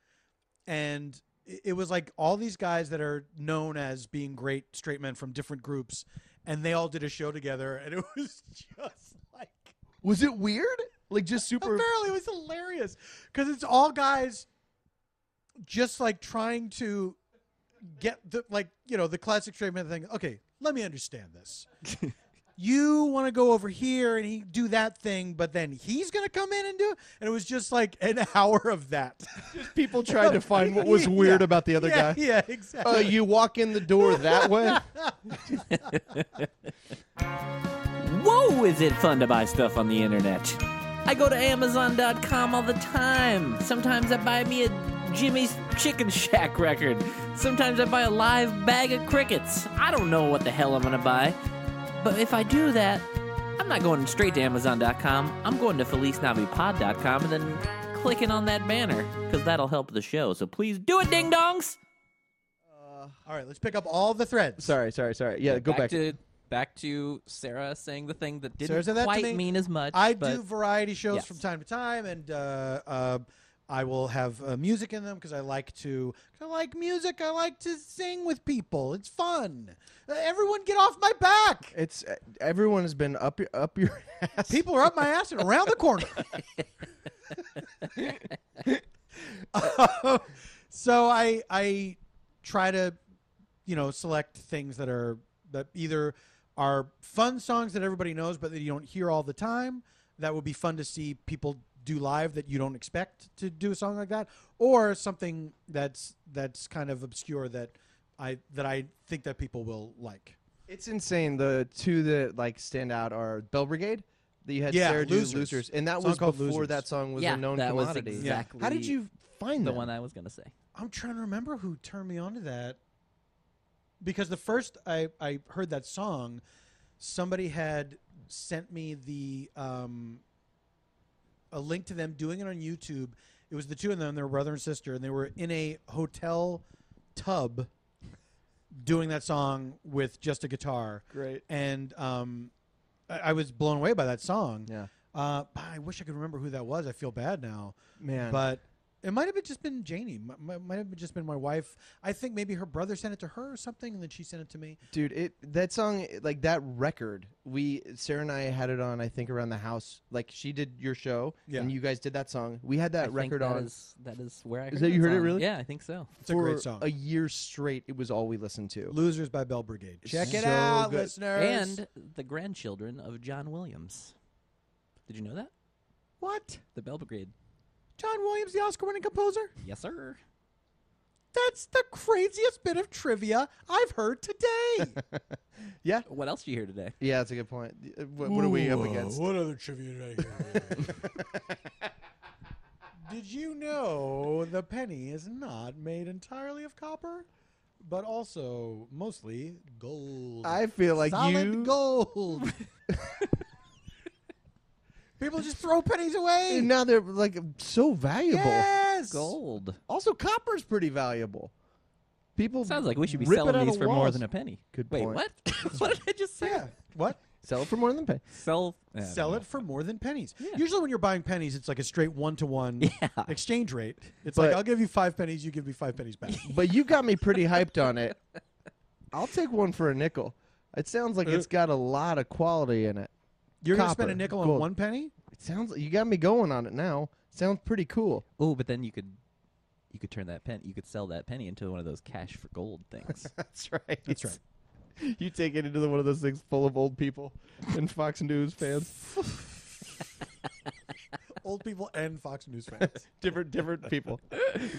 and i- it was like all these guys that are known as being great straight men from different groups, and they all did a show together, and it was just like
Was it weird? Like just super.
apparently it was hilarious because it's all guys just like trying to get the like you know the classic straight man thing okay let me understand this you want to go over here and he do that thing but then he's gonna come in and do it and it was just like an hour of that
people tried to find what was weird
Yeah.
about the other
yeah,
guy.
yeah exactly
Uh, you walk in the door that way.
Whoa, is it fun to buy stuff on the internet? I go to Amazon.com all the time. Sometimes I buy me a Jimmy's Chicken Shack record. Sometimes I buy a live bag of crickets. I don't know what the hell I'm gonna buy. But if I do that, I'm not going straight to Amazon.com. I'm going to FeliceNaviPod.com and then clicking on that banner, because that'll help the show. So please do it, ding dongs!
all right let's pick up all the threads
Sorry, sorry, sorry. Yeah, go back.
to back to Sarah saying the thing that
Sarah said that to me.
as much.
I do variety shows
Yes.
from time to time, and uh, uh, I will have uh, music in them because I like to. 'cause I like music. I like to sing with people. It's fun. Uh, everyone, get off my back.
It's uh, everyone has been up your up your ass.
People are up my ass and around the corner. so I I try to you know select things that are that either are fun songs that everybody knows but that you don't hear all the time that would be fun to see people do live that you don't expect to do a song like that or something that's that's kind of obscure that I that I think that people will like.
It's insane. The two that like stand out are Bell Brigade. That you had
Yeah,
Sarah do
Losers.
losers, and that
Song
was
called
before
Losers.
that song was
Yeah,
a known
that was
commodity.
exactly
How did you find
the
them?
one I was gonna say.
I'm trying to remember who turned me onto that. because the first I, I heard that song, somebody had sent me the um, a link to them doing it on YouTube. It was the two of them, their brother and sister, and they were in a hotel tub doing that song with just a guitar.
Great.
And um, I, I was blown away by that song.
Yeah.
Uh, but I wish I could remember who that was. I feel bad now.
Man.
But it might have been just been Janie. M- m- might have just been my wife. I think maybe her brother sent it to her or something, and then she sent it to me.
Dude, it that song like that record. We Sarah and I had it on I think around the house. Like she did your show
Yeah.
and you guys did that song. We had that
I think
record
that
on
is- that is where I heard
that you heard it
song.
really?
Yeah, I think so.
It's a great
for
song.
a year straight. It was all we listened to.
Losers by Bell Brigade. Check it
So
out,
good.
listeners.
And the grandchildren of John Williams. Did you know that?
what?
The Bell Brigade.
John Williams, the Oscar-winning composer.
Yes, sir.
That's the craziest bit of trivia I've heard today.
What else did you hear today?
Yeah, that's a good point. Uh, What, what are we up
Ooh,
against?
What other trivia did I hear? did you know the penny is not made entirely of copper, but also mostly gold?
I feel like
Solid
you
gold. People just throw pennies away.
now they're like so valuable.
yes.
Gold.
Also, copper's pretty valuable. People
Sounds like we should be
rip it
selling
out
these
of
for more
walls.
than a penny.
Good
Wait,
point.
what? what did I just say?
Yeah. What?
sell it for more than pay.
Sell. I don't
Sell
know.
it for more than pennies.
Yeah.
Usually, when you're buying pennies, it's like a straight one to one
Yeah.
exchange rate. It's
But-
like I'll give you five pennies, you give me five pennies back.
But you got me pretty hyped on it. I'll take one for a nickel. It sounds like it's got a lot of quality in it.
You're gonna spend a
Copper,
nickel on
gold.
one penny?
It sounds you got me going on it now. Sounds pretty cool.
Oh, but then you could, you could turn that pen. You could sell that penny into one of those cash for gold things.
That's right.
That's right.
You take it into the, one of those things full of old people and Fox News fans,
Old people and Fox News fans.
different different people,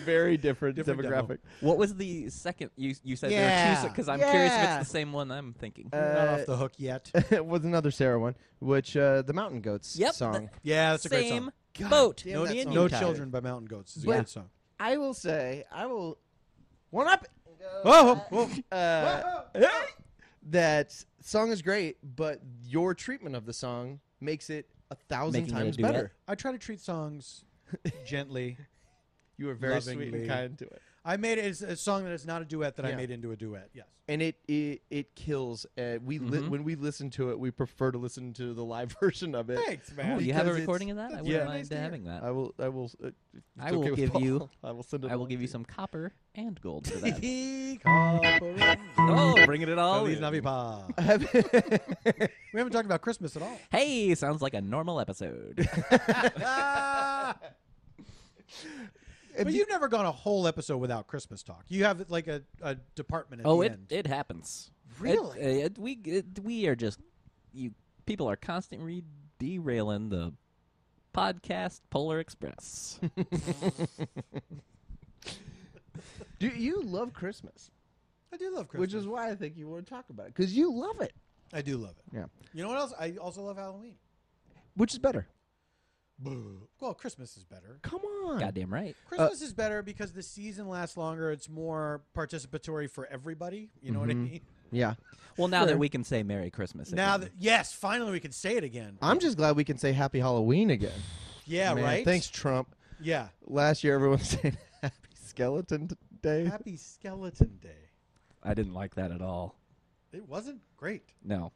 very different,
Different demo.
demographic.
what was the second? You you said there were two
Yeah.
because I'm curious if
Yeah.
it's the same one I'm thinking.
Not
Uh,
off the hook yet.
was Uh, another Sarah one, which uh, the Mountain Goats
Yep,
song.
Yeah, that's a great
same
song.
boat.
damn
no
that
need
song.
you
No
tired.
Children by Mountain Goats is a
But-
great song.
I will say, I will one up.
Whoa, whoa, whoa.
Uh, that song is great, but your treatment of the song makes it a thousand
Making it a
times
duet.
better.
I try to treat songs gently.
You were very sweet
Lovingly.
and kind to it,
I made it it's a song that is not a duet that I
Yeah.
made into a duet. Yes.
and it it, it kills. Uh, we li-
Mm-hmm.
when we listen to it, we prefer to listen to the live version of it.
Thanks,
Oh, do you have a
because it's-
recording of that? I wouldn't
yeah.
mind having that.
I will. I will. Uh, it's
I will
okay with
give
Paul.
you-
I will send it.
I will
along
give
to
you some copper and gold for that.
Feliz
oh, bringing it all. in.
Navidad. we haven't talked about Christmas at all.
Hey, sounds like a normal episode.
Ah! But you've never gone a whole episode without Christmas talk. You have like a, a department at
oh,
the
it
end.
it happens. It-
Really?
uh, it- we it- we are just you people are constantly derailing the podcast Polar Express.
Do you love Christmas?
I do love Christmas.
Which is why I think you want to talk about it because you love it.
I do love it.
Yeah.
You know what else? I also love Halloween.
Which is better?
Well, Christmas is better.
Come on.
Goddamn right.
uh,
Christmas is better because the season lasts longer. It's more participatory for everybody. You know what I
Mm-hmm.
mean?
Yeah.
Well, now that we can say Merry Christmas.
Now that
again.
yes, finally we can say it again.
I'm just glad we can say Happy Halloween again.
Yeah,
Ah, Man,
right.
Thanks, Trump.
Yeah.
Last year, everyone saying Happy Skeleton t- Day.
Happy Skeleton Day.
I didn't like that at all.
It wasn't great.
No,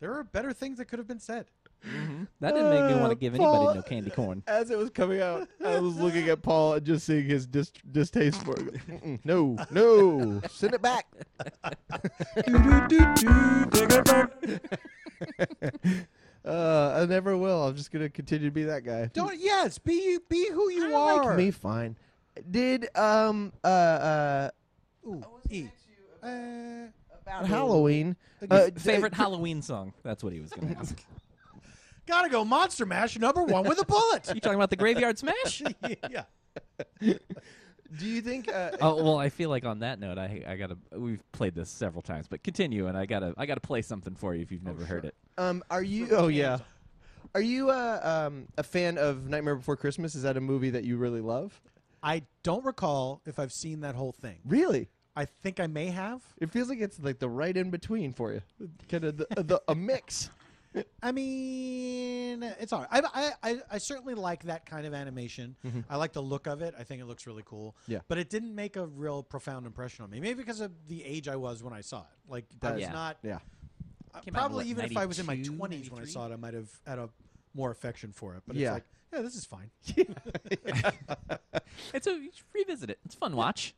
There are better things that could have been said.
that didn't make me want
Uh,
to give anybody
Paul-
no candy corn.
As it was coming out, I was looking at Paul and just seeing his dis- distaste for it. Mm-mm, No, no, send it back. uh, I never will. I'm just gonna continue to be that guy.
Don't yes, be you be who you
you
are.
like me? Fine. Did um uh uh
Ooh, E. Uh,
about Halloween?
Your
Uh, d-
Favorite Halloween song? That's what he was going to ask.
gotta go Monster Mash number one with a bullet.
you talking about the Graveyard Smash?
yeah.
Do you think? Uh,
Oh well, I feel like on that note, I I gotta we've played this several times, but continue, and I gotta I gotta play something for you if you've never heard it.
Um, are you? Oh yeah. Are you uh, um, a fan of Nightmare Before Christmas? Is that a movie that you really love?
I don't recall if I've seen that whole thing.
Really?
I think I may have.
It feels like it's like the right in between for you, kind of the, uh, the a mix.
I mean, it's all right. I, I, I, I certainly like that kind of animation. I like the look of it. I think it looks really cool.
Mm-hmm. Yeah.
But it didn't make a real profound impression on me. Maybe because of the age I was when I saw it. Like, I
That-
was
Yeah.
not.
Yeah.
I-
Came out,
probably
what,
even if I was in my
92,
20s when I
93?
saw it, I might have had a more affection for it. But
Yeah.
it's like, yeah, this is fine.
It's a you should revisit it. It's a fun watch.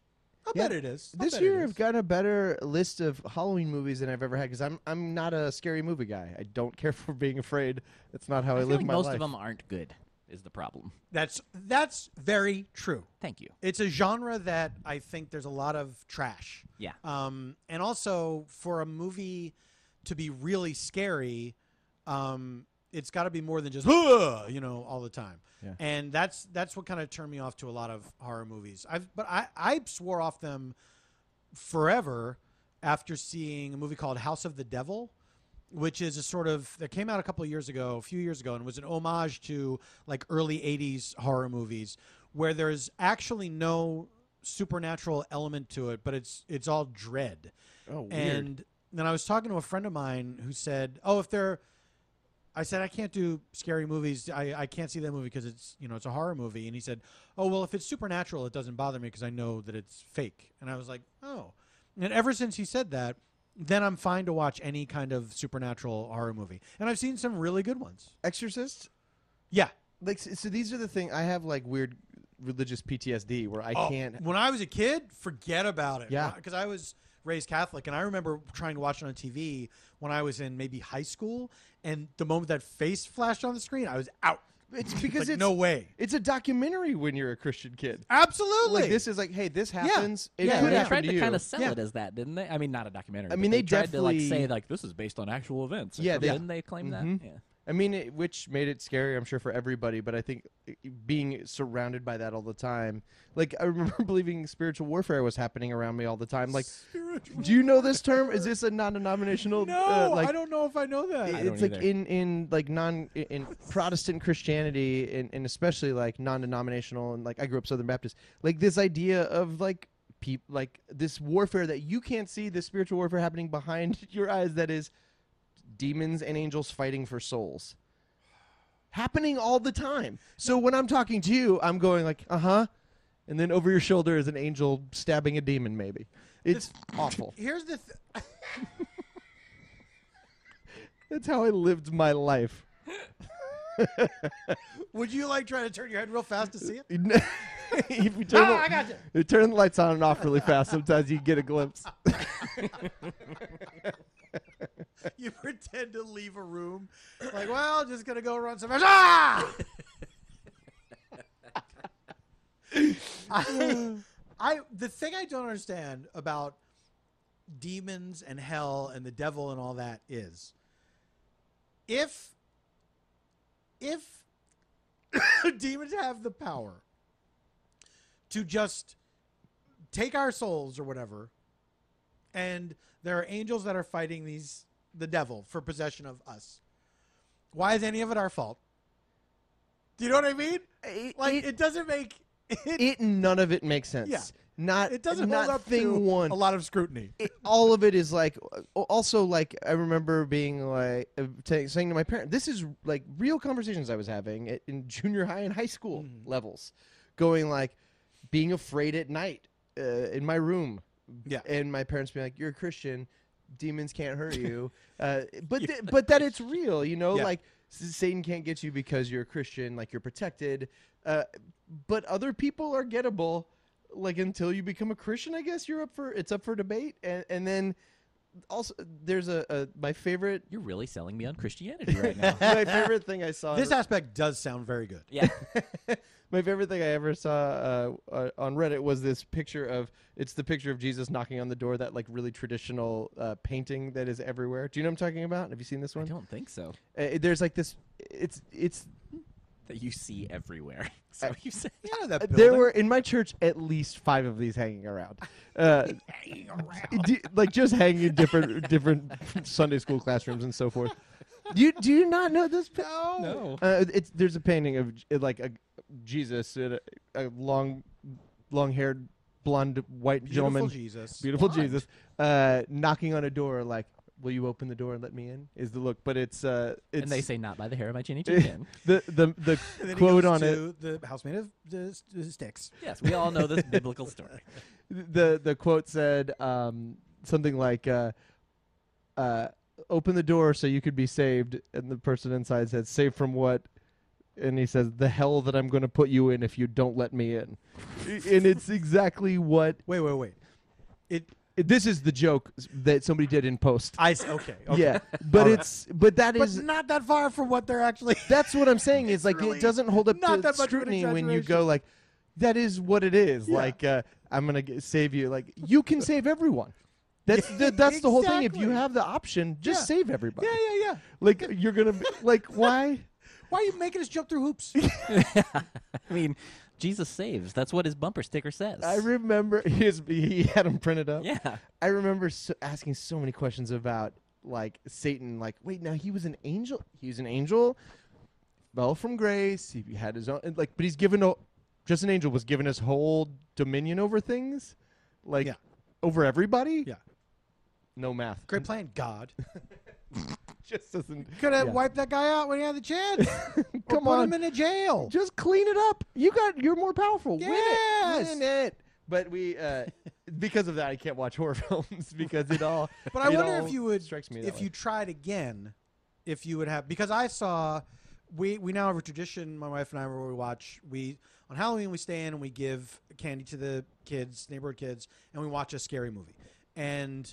I
Yeah.
bet it is. I'll
This
bet it
year
is.
I've got a better list of Halloween movies than I've ever had because I'm I'm not a scary movie guy. I don't care for being afraid. That's not how I,
I feel
live
like
my
most
life.
of them aren't good. Is the problem?
That's that's very true.
Thank you.
It's a genre that I think there's a lot of trash.
Yeah.
Um, and also for a movie to be really scary, um, it's got to be more than just "Ugh," you know all the time.
Yeah.
And that's that's what kind of turned me off to a lot of horror movies. I've but I I swore off them forever after seeing a movie called House of the Devil, which is a sort of that came out a couple of years ago, a few years ago, and was an homage to like early '80s horror movies, where there's actually no supernatural element to it, but it's it's all dread.
Oh, weird.
And then I was talking to a friend of mine who said, "Oh, if they're," I said, "I can't do scary movies. I, I can't see that movie because it's you know it's a horror movie." And he said, "Oh, well, if it's supernatural, it doesn't bother me because I know that it's fake." And I was like, "Oh." And ever since he said that, then I'm fine to watch any kind of supernatural horror movie. And I've seen some really good ones.
Exorcist.
Yeah.
Like s- so, these are the thing I have like weird religious PTSD where I
Oh,
can't.
When I was a kid, forget about it.
Yeah.
Because I was raised Catholic, and I remember trying to watch it on TV when I was in maybe high school, and the moment that face flashed on the screen, I was out.
It's because
like,
it's
no way.
It's a documentary when you're a Christian kid.
Absolutely.
Like this is like, hey, this happens. It
Yeah,
could
yeah.
They
happen
tried
to,
to
you.
kind of sell
Yeah.
it as that, didn't they? I mean, not a documentary.
I
but
mean, they
tried to like say
definitely-
like this is based on actual events. or
Yeah, they-
something. didn't they claim
Mhm.
that? Yeah.
I mean, it, which made it scary, I'm sure, for everybody. But I think i- being surrounded by that all the time, like I remember believing spiritual warfare was happening around me all the time. Like, do you know this term? Is this a non-denominational?
no,
uh, like,
I don't know if I know that.
i-
I don't
It's like
either.
in in like non i- in Protestant Christianity and, and especially like non-denominational and like I grew up Southern Baptist. Like this idea of like people like this warfare that you can't see, this spiritual warfare happening behind your eyes that is demons and angels fighting for souls happening all the time. So when I'm talking to you, I'm going like, uh huh, and then over your shoulder is an angel stabbing a demon. Maybe it's awful.
Here's the. Th-
That's how I lived my life.
Would you like try to turn your head real fast to see it?
if you turn,
Ah,
the,
I got you.
you turn the lights on and off really fast, sometimes you get a glimpse.
You pretend to leave a room, like, well, just gonna go run some. Ah! I, I, the thing I don't understand about demons and hell and the devil and all that is, if, if demons have the power to just take our souls or whatever and there are angels that are fighting these the devil for possession of us. Why is any of it our fault? Do you know what I mean?
It,
Like it,
it,
doesn't make it, it,
it- none of it makes sense.
Yeah.
Not
doesn't
not
hold up
thing
to
one.
a lot of scrutiny.
it, all of it is like also like i remember being like uh, ta- saying to my parents this is like real conversations i was having at, in junior high and high school
Mm-hmm.
levels going like being afraid at night uh, in my room
Yeah.
and my parents being like you're a christian demons can't hurt you uh, but th- but that it's real you know
Yeah.
like s- satan can't get you because you're a christian like you're protected uh, but other people are gettable like until you become a christian i guess you're up for it's up for debate and and then also there's a, a my favorite
You're really selling me on Christianity right now.
my favorite thing i saw
This aspect does sound very good.
yeah.
my favorite thing i ever saw uh, uh, on reddit was this picture of it's the picture of jesus knocking on the door that like really traditional uh, painting that is everywhere do you know what i'm talking about have you seen this
I
one
don't think so.
Uh, there's like this it's it's
That you see everywhere. So you say.
Yeah, that
there
building.
were in my church at least five of these hanging around, uh, d- like just hanging in different different Sunday school classrooms and so forth. You do you not know this? No,
No.
Uh, it's there's a painting of J- like a Jesus, in a, a long, long haired blonde white
Beautiful
gentleman,
Jesus.
beautiful
Blonde.
Jesus, uh, knocking on a door like, "Will you open the door and let me in?" Is the look, but it's uh, it's
and they say not by the hair of my chinny chin.
the the
And
the
then he
quote
goes
on it.
to The house made of uh, s- uh, sticks.
yes, we all know this biblical story.
the the quote said um, something like uh, uh, open the door so you could be saved and the person inside said saved from what and he says the hell that i'm going to put you in if you don't let me in and it's exactly what
Wait, wait, wait. It.
this is the joke that somebody did in post
I. s- Okay. okay.
yeah but
All right.
it's but that
But
is
not that far from what they're actually.
that's what i'm saying is like
really
it doesn't hold up
not
to
that much of an
scrutiny when you go
exaggeration.
like that is what it is like uh, i'm going to save you like you can save everyone that's the, that's the whole thing if you
Exactly.
have the option just
Yeah.
save everybody
yeah, yeah, yeah.
like you're going to like why
Why are you making us jump through hoops?
I mean, Jesus saves. That's what his bumper sticker says.
i remember his he had them printed up
yeah.
i remember so, asking so many questions about like satan like wait now he was an angel he was an angel fell from grace he had his own and, like but he's given a, just an angel was given his whole dominion over things like
Yeah.
over everybody
yeah.
no math
Great plan, God.
just doesn't
Could have
Yeah.
wiped that guy out when he had the chance. or
Come
put
on.
him in a jail.
just clean it up. You got you're more powerful.
Yes.
Win it. Win it. But we uh because of that I can't watch horror films because it all
But I
it
wonder
all
if you would,
strikes me that
if
way.
you tried again, if you would have, because I saw, we we now have a tradition. My wife and I, where we watch, we on Halloween we stay in and we give candy to the kids, neighborhood kids, and we watch a scary movie. And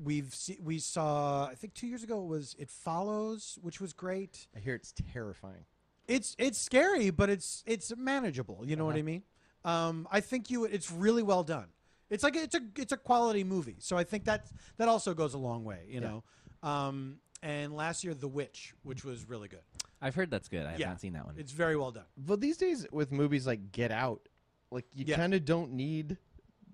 we've se- we saw, I think two years ago it was It Follows, which was great.
I hear it's terrifying.
it's it's scary, but it's it's manageable. You know
Uh-huh.
what I mean? Um, I think you it's really well done. It's like it's a it's a quality movie. So I think that that also goes a long way. You know. Um, and last year, The Witch, which was really good.
I've heard that's good. I
Yeah.
haven't seen that one.
It's very well done.
But these days with movies like Get Out, like you
Yeah.
kind of don't need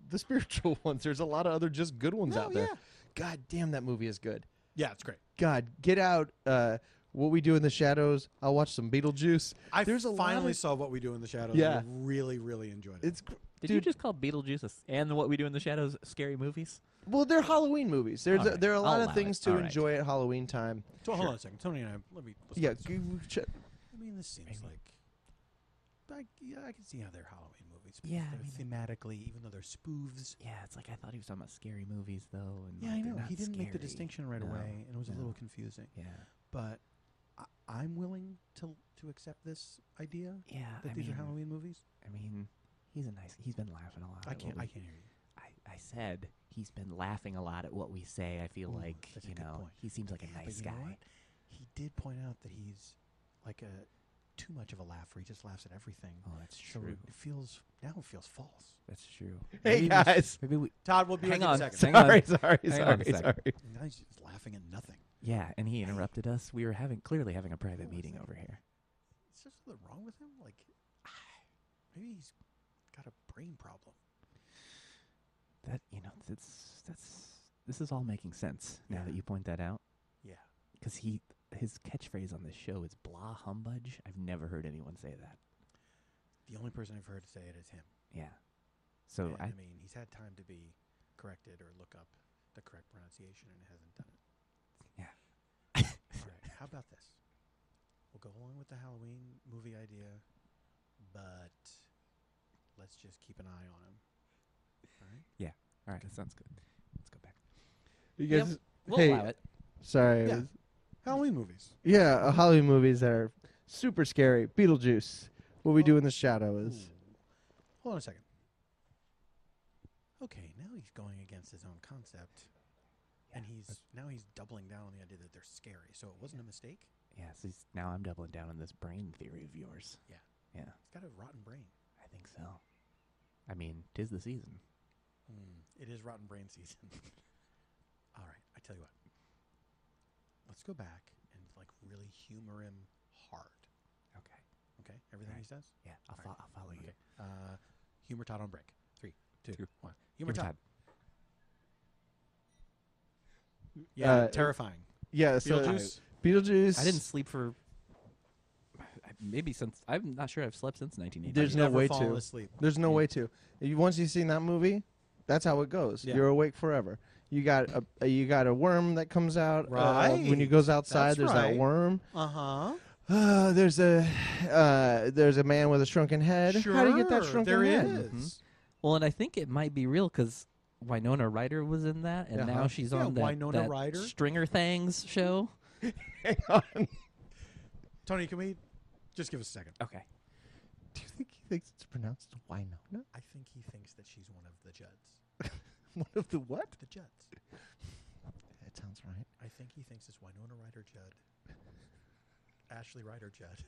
the spiritual ones. There's a lot of other just good ones
No,
out there.
yeah.
God damn that movie is good.
Yeah, it's great.
God, Get Out uh what we do in the shadows. I'll watch some Beetlejuice.
I
There's a lot
finally
of-
saw What We Do in the Shadows.
Yeah.
and I really really enjoyed it.
It's gr-
Did you
dude,
just call Beetlejuice a s- and What We Do in the Shadows scary movies?
well, they're Halloween movies. There's
All
a,
right.
there are a lot
I'll
of
allow
things
it.
to
Oh, All right.
enjoy at Halloween time.
so hold on a second, Tony and I. Let me. let's
Yeah,
talk.
g- g- ch-
I mean, this seems like. I, yeah, I can see how they're Halloween movies. because
Yeah, I
they're
mean, I-
thematically, even though they're spoofs.
Yeah, it's like I thought he was talking about scary movies though. And
Yeah,
like,
I
they're
know.
not
He didn't make the
scary.
distinction right
No,
away, and it was a
no.
little confusing.
Yeah,
But I, I'm willing to to accept this idea
yeah.
that
I
these
mean,
are Halloween movies.
I mean, he's a nice. He's been laughing a lot.
I
at what
can't.
we-
I can't hear you.
I, I said he's been laughing a lot at what we say. I feel
Ooh,
like
that's a
you
good
know
point.
he seems like a
Yeah, but
nice
you know
guy.
what? He did point out that he's like a too much of a laugher. He just laughs at everything.
Oh, that's
so
true.
it feels now it feels false.
That's true.
Hey
Maybe we should-
guys,
Maybe we.
Todd will be
Hang
right
on.
in a second.
Hang on.
sorry, sorry,
Hang on a
sorry,
second.
sorry.
Now he's just laughing at nothing.
Yeah, and he interrupted us. We were having clearly having a private meeting over here.
Is there something wrong with him? Like maybe he's got a brain problem.
That you know, that's that's this is all making sense now that you point that out.
Yeah.
because he his catchphrase on this show is "blah humbudge." I've never heard anyone say that.
The only person I've heard say it is him.
Yeah, so
And,
I,
I, mean, he's had time to be corrected or look up the correct pronunciation and hasn't done it. All right, how about this? We'll go along with the Halloween movie idea, but let's just keep an eye on him. All right?
all right, that sounds good. Let's go back.
You
Yep.
guys,
We'll
hey,
allow it.
sorry.
Yeah.
Yeah,
Halloween movies.
yeah uh, Hollywood movies that are super scary. Beetlejuice, What We Do in the Shadows.
Ooh. Hold on a second. Okay, now he's going against his own concept. And he's now he's doubling down on the idea that they're scary. So it wasn't a mistake.
Yeah, so he's- now I'm doubling down on this brain theory of yours.
Yeah.
yeah,
He's got a rotten brain.
I think so. I mean, 'tis the season.
It is rotten brain season. All right, I tell you what. Let's go back and like really humor him hard.
Okay.
Okay, everything
Alright.
he says.
Yeah, I'll,
All
fo-
right.
I'll follow you.
Okay. Uh, humor Todd on break. Three, two, one.
Two. Give
Humor,
me
Todd.
time.
Yeah,
Uh,
terrifying.
Yeah, so
Beetlejuice.
Beetlejuice.
I didn't sleep for. I maybe since I'm not sure I've slept since 1980.
There's
I've
no
never
way
fallen
to.
asleep.
There's no way to. You- Once you've seen that movie, that's how it goes.
Yeah.
You're awake forever. You got a, a you got a worm that comes out uh, when you
Right.
goes outside.
That's
there's that
right.
worm.
Uh huh.
Uh, there's a uh, there's a man with a shrunken head. How do you get that shrunken
there
head? Mm-hmm.
is.
Well, and I think it might be real because Winona Ryder was in that, and now
Uh-huh.
she's
Yeah,
on that,
Winona
that
Ryder.
Stringer Things show.
Tony, can we just give us a second?
Okay.
Do you think he thinks it's pronounced Winona?
I think he thinks that she's one of the Judds.
One of the what?
The Judds.
That sounds right.
I think he thinks it's Winona Ryder Judd. Ashley Ryder Judd.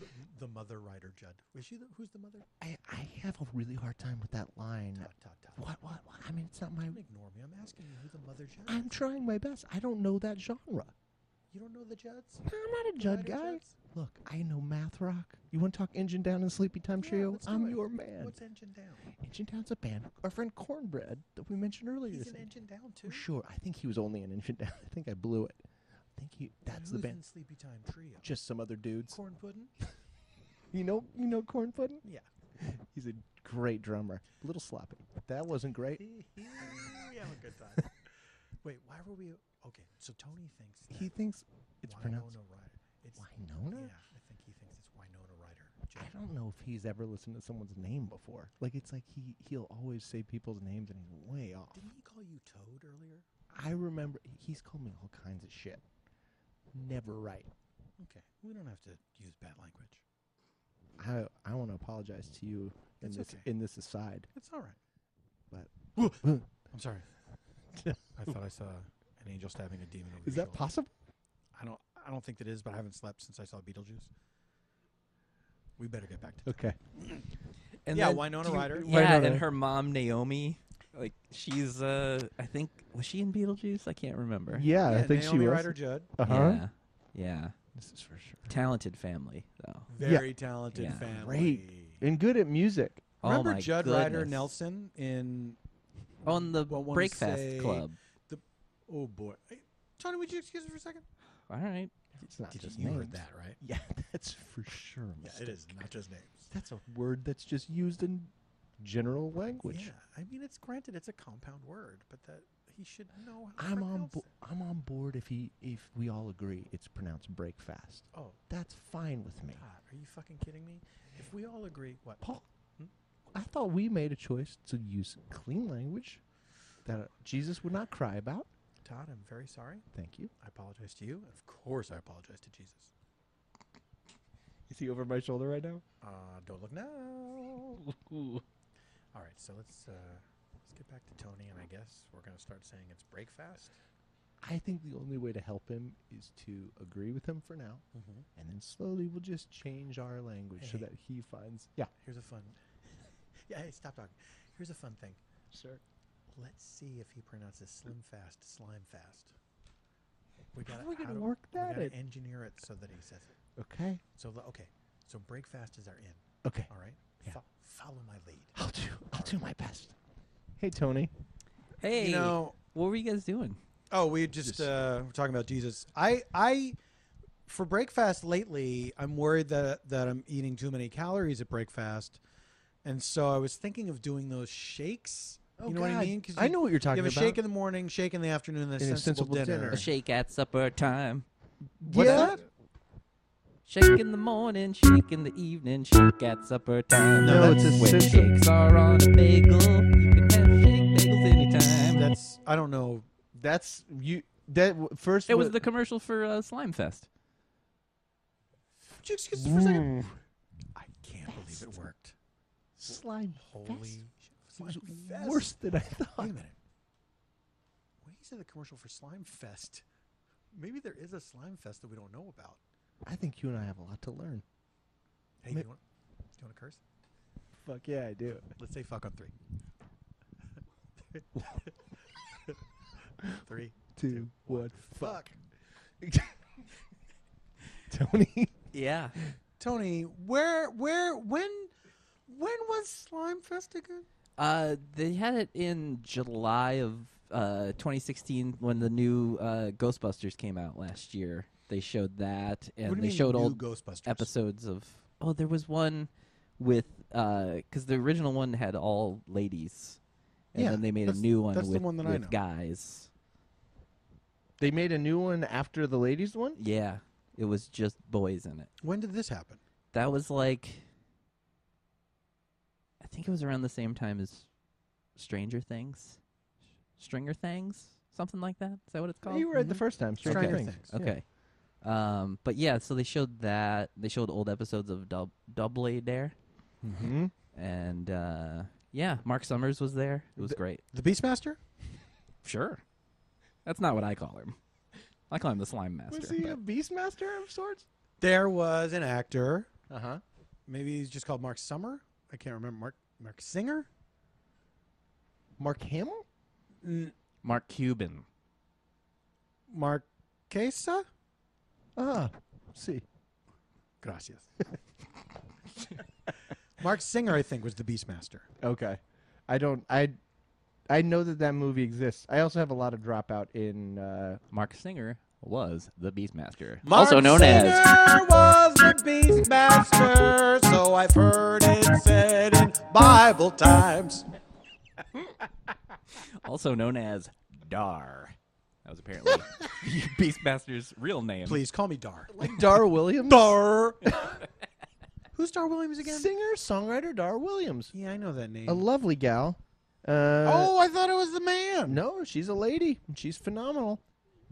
the, the mother Ryder Judd. Was she the, who's the mother?
I, I have a really hard time with that line.
Dot, dot, dot.
What what what? I mean, it's not my.
Don't ignore me. I'm asking you who the mother Judd
I'm
is.
trying my best. I don't know that genre.
You don't know the Judds?
I'm not a Judd
Ryder
guy.
Judds?
Look, I know math rock. You want to talk Engine Down and Sleepy Time
Yeah,
Trio?
let's do
I'm
it.
your man.
What's Engine Down?
Engine Down's a band. Our friend Cornbread that we mentioned earlier.
He's
is
an
in-
Engine Down
Oh,
too.
Sure, I think he was only an Engine Down. I think I blew it. I think he. That's the
Who's
band.
in Sleepy Time Trio.
Just some other dudes.
Corn Pudding?
You know, you know Corn Pudding.
Yeah.
He's a great drummer. A little sloppy. That wasn't great.
we have a good time. Wait, why were we? Okay, so Tony thinks that
He thinks it's
Winona
pronounced
Ryder. It's, yeah,
Winona.
I think he thinks it's Winona Ryder.
I
Judd.
don't know if he's ever listened to someone's name before. Like it's like he he'll always say people's names and he's way off.
Didn't he call you Toad earlier?
I remember he's called me all kinds of shit. Never right.
Okay, we don't have to use bad language.
I I want to apologize to you in
It's
this
okay.
in this aside.
It's all right.
But-
But I'm sorry. I thought I saw an angel stabbing a demon. Over
Is
your
that
shoulder.
possible?
I don't. I don't think that is, but I haven't slept since I saw Beetlejuice. We better get back to.
Okay.
And
yeah,
then-
Winona
do you-
Ryder.
Yeah,
Winona.
and her mom Naomi, like she's uh, I think was she in Beetlejuice? I can't remember.
Yeah, I think she
Naomi
was.
Ryder Judd,
Uh-huh.
Yeah. Yeah.
This is for sure.
Talented family though.
very talented
Yeah.
family.
Great. And good at music.
Oh
Remember
my
Judd Ryder
goodness.
Nelson in
on the
I wanna
Breakfast
say-
Club?
Oh boy, Hey, Tony, would you excuse me for a second?
All right.
It's not
Did
just
you
names.
heard that right?
Yeah, that's for sure. a mistake.
is not just names.
That's a word that's just used in general language.
yeah, I mean it's granted it's a compound word, but that he should know. How to
I'm on
pronounce
bo- I'm on board if he if we all agree it's pronounced breakfast.
it. Oh
That's fine with me.
God, are you fucking kidding me? If we all agree, what?
Paul, I thought we made a choice to use clean language that Jesus would not cry about.
Todd, I'm very sorry.
Thank you.
I apologize to you. and Of course, I apologize to Jesus.
Is he over my shoulder right now?
Uh, don't look now. All right, so let's uh, let's get back to Tony, and I guess we're gonna start saying it's breakfast.
I think the only way to help him is to agree with him for now,
Mm-hmm.
and then slowly we'll just change our language so
Hey.
that he finds. Yeah,
Here's a fun. yeah, hey, stop talking. Here's a fun thing.
sure.
Let's see if he pronounces slim fast, slime fast.
How
gotta-
are we gonna
do-
work that
We
in?
gotta engineer it so that he says it.
Okay.
So the- okay, so break fast is our in.
Okay.
All right.
Yeah.
Fo- follow my lead.
I'll do. I'll do my best. Hey, Tony.
Hey,
You know.
what were you guys doing?
Oh, we just uh, we're talking about Jesus. I I for breakfast lately, I'm worried that that I'm eating too many calories at breakfast, and so I was thinking of doing those shakes.
Oh,
you know what I
God.
mean? 'Cause
I know what you're talking
You have a
about.
shake in the morning, shake in the afternoon, and a
And a sensible
sensible, dinner.
dinner.
A shake at supper time.
What's
Yeah.
that?
Shake in the morning, shake in the evening, shake at supper time.
No,
That's
it's a
when
sizzle.
shakes are on a bagel. You can have shake bagels anytime.
That's I don't know.
That's you. That w- first.
it was
wa-
the commercial for uh, Slime Fest.
Would you excuse us for a second? I can't believe it worked.
slime.
Holy
It was
slime fest.
worse than I
Wait
thought.
a minute. When he said the commercial for Slime Fest, maybe there is a Slime Fest that we don't know about.
I think you and I have a lot to learn.
Hey,
Ma-
do you want do you want to curse?
Fuck yeah, I do.
Let's say fuck on three. three.
Two, one,
Fuck.
Tony.
Yeah.
Tony, where where when when was Slime Fest again?
Uh, they had it in July of uh, 2016 when the new uh, Ghostbusters came out last year. They showed that, and
what do
they
you mean
showed
new
old
Ghostbusters?
episodes of. Oh, there was one with because the original one had all ladies, and
Yeah,
then they made a
that's-
new one
that's the
with,
one that I
with
know.
guys.
They made a new one after the ladies one.
Yeah, it was just boys in it.
When did this happen?
That was like, I think it was around the same time as Stranger Things, Stringer Things, something like that. Is that what it's called?
You were right the first time. Stranger
Stranger
Things.
Things.
Okay. Um, but yeah, so they showed that they showed old episodes of Dub Doubly Dare,
Mm-hmm.
and uh, yeah, Mark Summers was there. It was great.
The Beastmaster?
Sure, that's not what I call him. I call him the Slime Master.
Was he a
but-
beastmaster of sorts?
There was an actor.
Uh huh.
Maybe he's just called Mark Summer. I can't remember. Mark Mark Singer.
Mark Hamill.
Mark Cuban.
Mark Quesa?
Ah, see.
Gracias. Mark Singer, I think, was the Beastmaster.
Okay. I don't. I. I know that that movie exists. I also have a lot of dropout in. Uh,
Mark Singer was the Beastmaster,
Mark
also known
Singer
as
was the Beastmaster, so I've heard it said in Bible times.
also known as Dar. That was apparently Beastmaster's real name.
Please call me Dar.
Dar Williams.
Dar. Who's Dar Williams again?
Singer songwriter Dar Williams.
Yeah, I know that name.
A lovely gal. Uh,
oh, I thought it was the man.
No, she's a lady. She's phenomenal.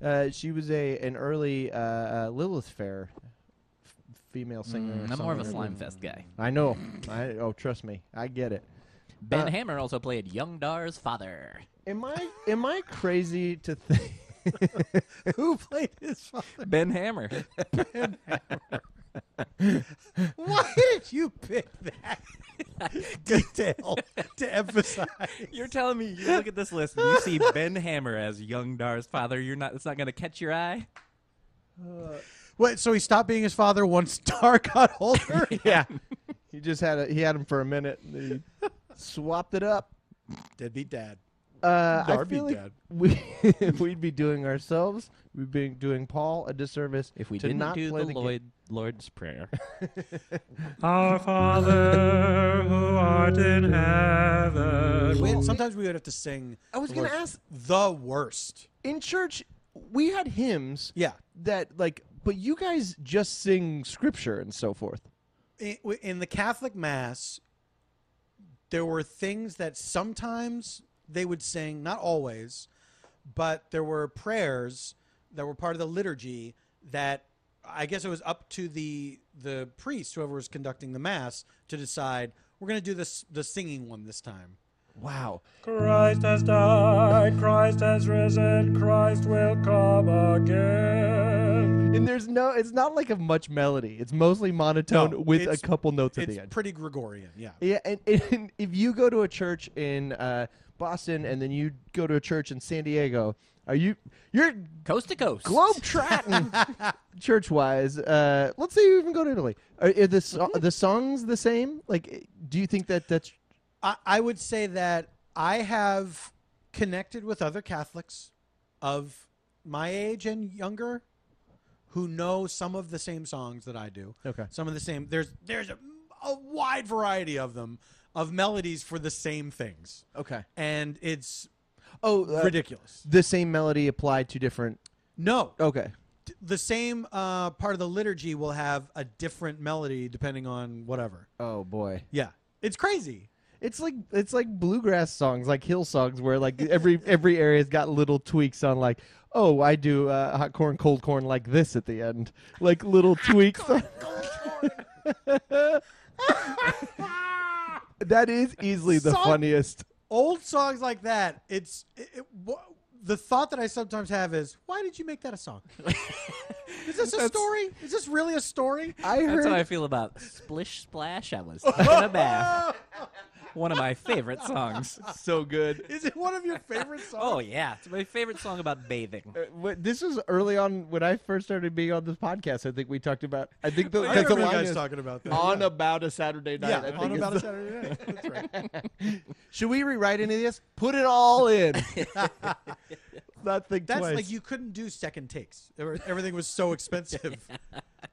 Uh, she was a an early uh, uh, Lilith Fair f- female singer.
Mm,
or
I'm more of a
songwriter.
slime fest guy.
I know. I oh, trust me, I get it.
Ben
Uh,
Hammer also played Young Dar's father.
Am I am I crazy to think?
Who played his father?
Ben Hammer.
Why did you pick that detail to emphasize?
You're telling me you look at this list and you see Ben Hammer as Young Dar's father. You're not. It's not going to catch your eye.
Wait, so he stopped being his father once Dar got older?
yeah, he just had a, he had him for a minute. And he swapped it up.
Deadbeat dad.
Uh, I
Darby
feel like
dad.
we we'd be doing ourselves, we'd be doing Paul a disservice
If we
to
didn't
not
do
play
the,
the game.
Lloyd, Lord's Prayer,
Our Father who art in heaven.
We- sometimes we would have to sing.
I was
the
gonna
words,
ask-
the worst.
in church we had hymns
Yeah,
that like but you guys just sing scripture and so forth
in, in the Catholic Mass, there were things that sometimes they would sing, not always, but there were prayers that were part of the liturgy that I guess it was up to the the priest, whoever was conducting the mass, to decide we're going to do this the singing one this time.
wow
Christ has died, Christ has risen, Christ will come again.
and there's no it's not like a much melody it's mostly monotone
No,
with a
it's-
couple notes at
It's
the end
pretty Gregorian, yeah.
yeah and, and if you go to a church in uh, boston and then you go to a church in san diego are you you're
coast to coast.
globe trotting church wise uh, let's say you even go to italy are, are the, so- the songs the same like do you think that that's
I, I would say that I have connected with other Catholics of my age and younger who know some of the same songs that I do.
Okay.
Some of the same. There's there's a, a wide variety of them of melodies for the same things,
okay
and it's
oh uh,
ridiculous.
the same melody applied to different
No,
Okay.
t- the same uh, part of the liturgy will have a different melody depending on whatever.
Oh boy.
Yeah, it's crazy.
It's like it's like bluegrass songs, like hill songs, where like every every area's got little tweaks on like, oh, I do uh, hot corn, cold corn like this at the end, like little tweaks. that is easily the
Son-
funniest.
old songs like that, it's it, it, wh- the thought that I sometimes have is, why did you make that a song? is this a story? Is this really a story?
I
That's
heard
how I feel about Splish Splash. I was stuck in a bath. One of my favorite songs.
so good.
Is it one of your favorite
Oh
songs?
yeah, it's my favorite song about bathing.
Uh, wh- This was early on when I first started being on this podcast. I think we talked about. I think the, the,
I
the
remember you
line
guys
is
talking about that.
on about a Saturday night.
yeah,
I think
on
is
about
the-
a Saturday night. That's right.
Should we rewrite any of this? Put it all in. not think
That's
twice.
like you couldn't do second takes. Ever- Everything was so expensive.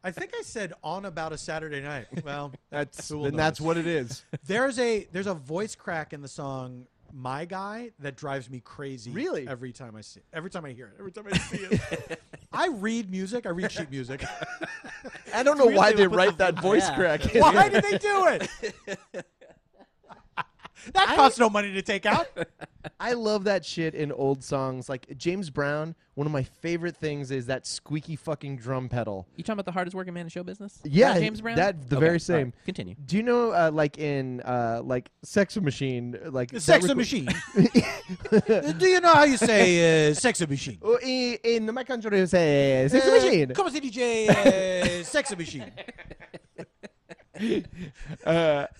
I think I said on about a Saturday night. Well,
that's
who will
then
know?
that's what it is.
there's a there's a voice crack in the song "My Guy" that drives me crazy.
Really?
every time I see, every time I hear it, every time I see it, I read music. I read sheet music.
I don't know
Weird
why
they
they
would put
write
the-
that voice
yeah.
crack. in.
Why did they do it? that costs no money to take out.
I love that shit in old songs. Like James Brown, one of my favorite things is that squeaky fucking drum pedal.
You talking about the hardest working man in show business?
Yeah,
Not James Brown.
that- the
Okay,
very
all right,
same.
Continue.
Do you know, uh, like in uh, like Sex Machine, like
The
that
sex
requ-
machine. do you know how you say uh, sex machine?
Oh, in, in my country, we say Sex
Uh,
Machine.
Como se DJ uh, sex machine?
Uh,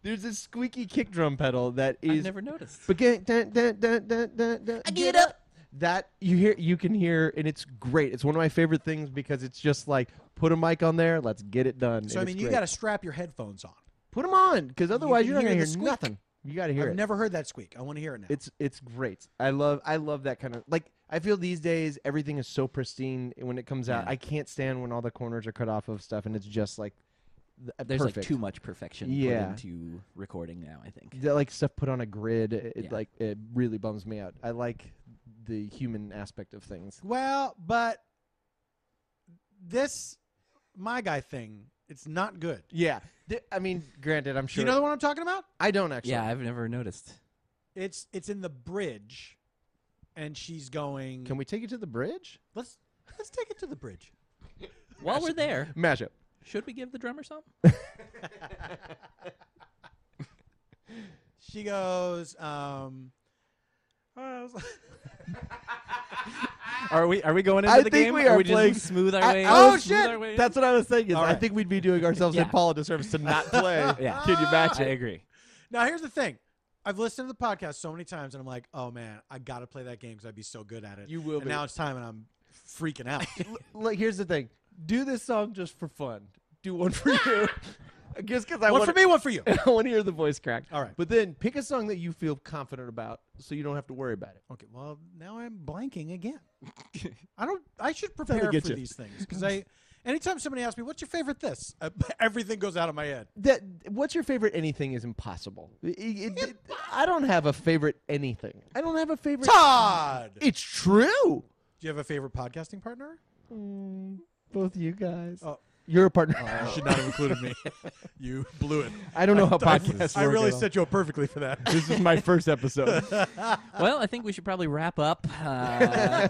There's this squeaky kick drum pedal that
I
is.
never noticed.
But get, dun, dun, dun, dun, dun, dun, get up. That you hear, you can hear, and it's great. It's one of my favorite things because it's just like put a mic on there, let's get it done.
So I mean, you got to strap your headphones on.
put them on because otherwise
can
you're not
hear
gonna
the
hear
squeak.
nothing. You got to hear
I've
it.
never heard that squeak. I want to hear it now.
It's it's great. I love I love that kind of like I feel these days everything is so pristine when it comes out. I can't stand when all the corners are cut off of stuff and it's just like th- uh,
There's
perfect.
like too much perfection
Yeah.
put into recording now. I think.
That, like stuff put on a grid. It it,
Yeah.
like it really bums me out. I like the human aspect of things.
Well, but this my guy thing, it's not good.
Yeah, Th- I mean, granted, I'm
Do
sure
You know the one I'm talking about?
I don't actually.
Yeah, I've never noticed.
It's it's in the bridge, and she's going.
Can we take it to the bridge?
let's let's take it to the bridge?
While we're there,
Mashup.
should we give the drummer something?
She goes. Um, I was like-
Are we are we going into
I
the
think
game?
we
are
are
we just
playing-
smooth our
I-
way?
oh,
smooth
shit!
our way in?
That's what I was thinking.
All
I
right.
think we'd be doing ourselves
Yeah.
in Paul a disservice to not play.
Yeah.
Can you match
I
it?
agree.
now here's the thing. I've listened to the podcast so many times, and I'm like, oh man, I gotta play that game because I'd be so good at it.
You will
And
be.
now it's time, and I'm freaking out.
like here's the thing do this song just for fun do one for you just because i
one
want
for me, one for you.
i want to hear the voice crack
All right.
but then pick a song that you feel confident about so you don't have to worry about it
Okay, well now I'm blanking again. I don't. I should prepare for
get you.
these things because I. Anytime somebody asks me, "What's your favorite?" This uh, everything goes out of my head.
that what's your favorite anything is impossible It- it- it- i don't have a favorite anything i don't have a favorite
Todd, do
it's true
you have a favorite podcasting partner?
both you guys
Mm. Oh.
you're a partner
You should not have included me. you blew it.
i don't know how
I,
podcasts
I
work
really
at all.
set you up perfectly for that.
this is my first episode
well, I think we should probably wrap up. Uh,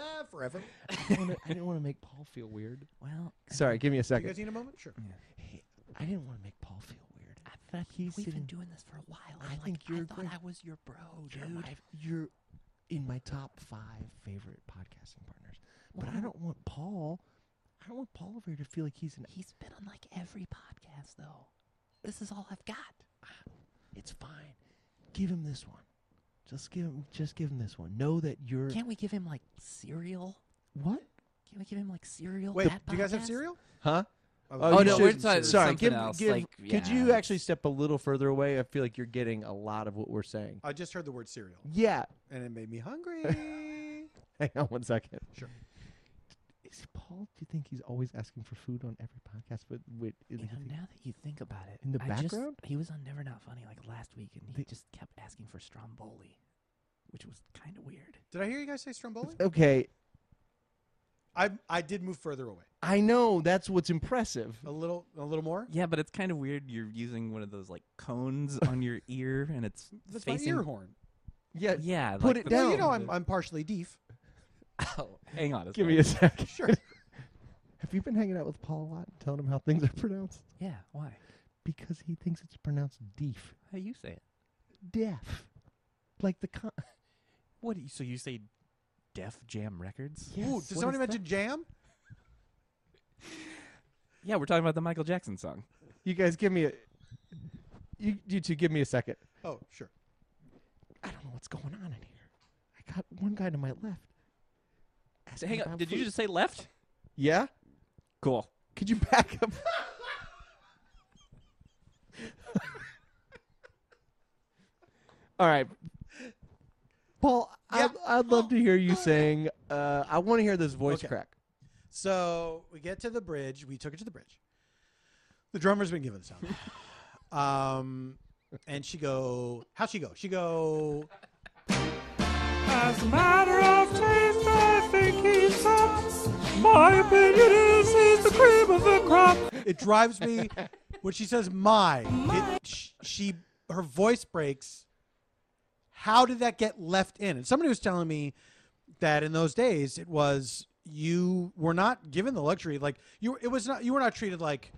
Ah, Forever.
i didn't want to make paul feel weird
well,
sorry give me a
You
second
guys need a moment? Sure.
i didn't want to make paul feel weird i thought
we've been doing this for a while.
I
like,
think you're
I thought
great.
I was your bro,
You're,
dude.
my- you're in my top five favorite podcasting partners. But I don't want Paul. I don't want Paul over here to feel like he's an.
He's been on like every podcast though. This is all I've got.
It's fine. Give him this one. Just give him. Just give him this one. Know that you're.
Can't we give him like cereal?
what?
Can we give him like cereal?
Wait,
that
do you guys have
podcast?
cereal?
Huh?
Oh,
no,
should-
we're talking
sorry.
something
Give,
else,
give,
like,
Could
yeah,
you actually
it's-
step a little further away? I feel like you're getting a lot of what we're
Uh,
saying.
I just heard the word cereal,
Yeah.
and it made me hungry.
Hang on one second.
Sure.
Is Paul? Do you think he's always asking for food on every podcast? But wait,
You know, now that you think about it,
In the
I just-
background?
he was on Never Not Funny like last week, and he
The-
just kept asking for Stromboli, which was kind of weird.
did I hear you guys say Stromboli?
okay.
I I did move further away
I know that's what's impressive.
a little, a little more.
Yeah, but it's kind of weird. You're using one of those like cones on your ear, and it's
That's
facing.
my ear horn.
Yeah,
Yeah,
Put it
Well, you
down.
know, I'm uh, I'm partially deaf.
Hang on,
Give me a sec.
Sure.
Have you been hanging out with Paul a lot and telling him how things are pronounced?
Yeah, why?
Because he thinks it's pronounced deaf.
How you say it?
Deaf. Like the con-
What? do you- So you say Def Jam Records?
Yes,
Ooh,
what
did
is
somebody
that?
mention jam?
Yeah, we're talking about the Michael Jackson song.
You guys give me a you you two give me a second.
Oh, sure.
I don't know what's going on in here. I got one guy to my left.
So
asking
hang on,
about
did
food.
you just say left?
Yeah?
Cool.
Could you back up? All right. Paul,
Yeah.
I'd, I'd love to hear you saying. Uh, I want to hear this voice
Okay.
crack.
So we get to the bridge. We took it to the bridge. The drummer's been giving us up. um, and she go, how she go? She go,
As a matter of taste, I think he's up. My opinion is he's the cream of the crop.
it drives me when she says my. It, sh- she her voice breaks. How did that get left in? And somebody was telling me that in those days it was you were not given the luxury like you it was not you were not treated like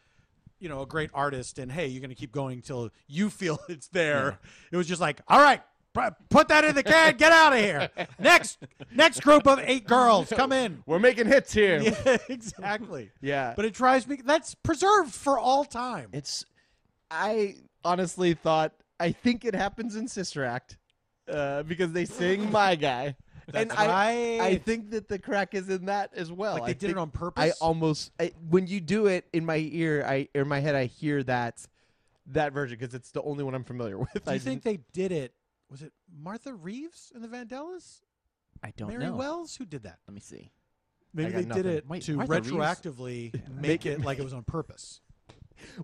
you know a great artist and hey you're going to keep going till you feel it's there. It was just like all right pu- put that in the can get out of here. Next next group of eight girls come in.
We're making hits here. Yeah.
Yeah, exactly. But it drives me that's preserved for all time.
It's. I honestly thought. I think it happens in Sister Act, uh, because they sing "My Guy," and I. I
right.
think that the crack is in that as well.
like they
I
did it
think-
on
I
purpose.
almost I, when you do it in my ear, I or in my head, I hear that that version because it's the only one I'm familiar with.
Do
I
you think they did it? Was it Martha Reeves and the Vandellas?
I don't
Mary
know.
Wells? Who did that?
Let me see.
Maybe
got
they
nothing.
did it
Wait,
to
Martha Reeves?
retroactively make it like it was on purpose.
didn't-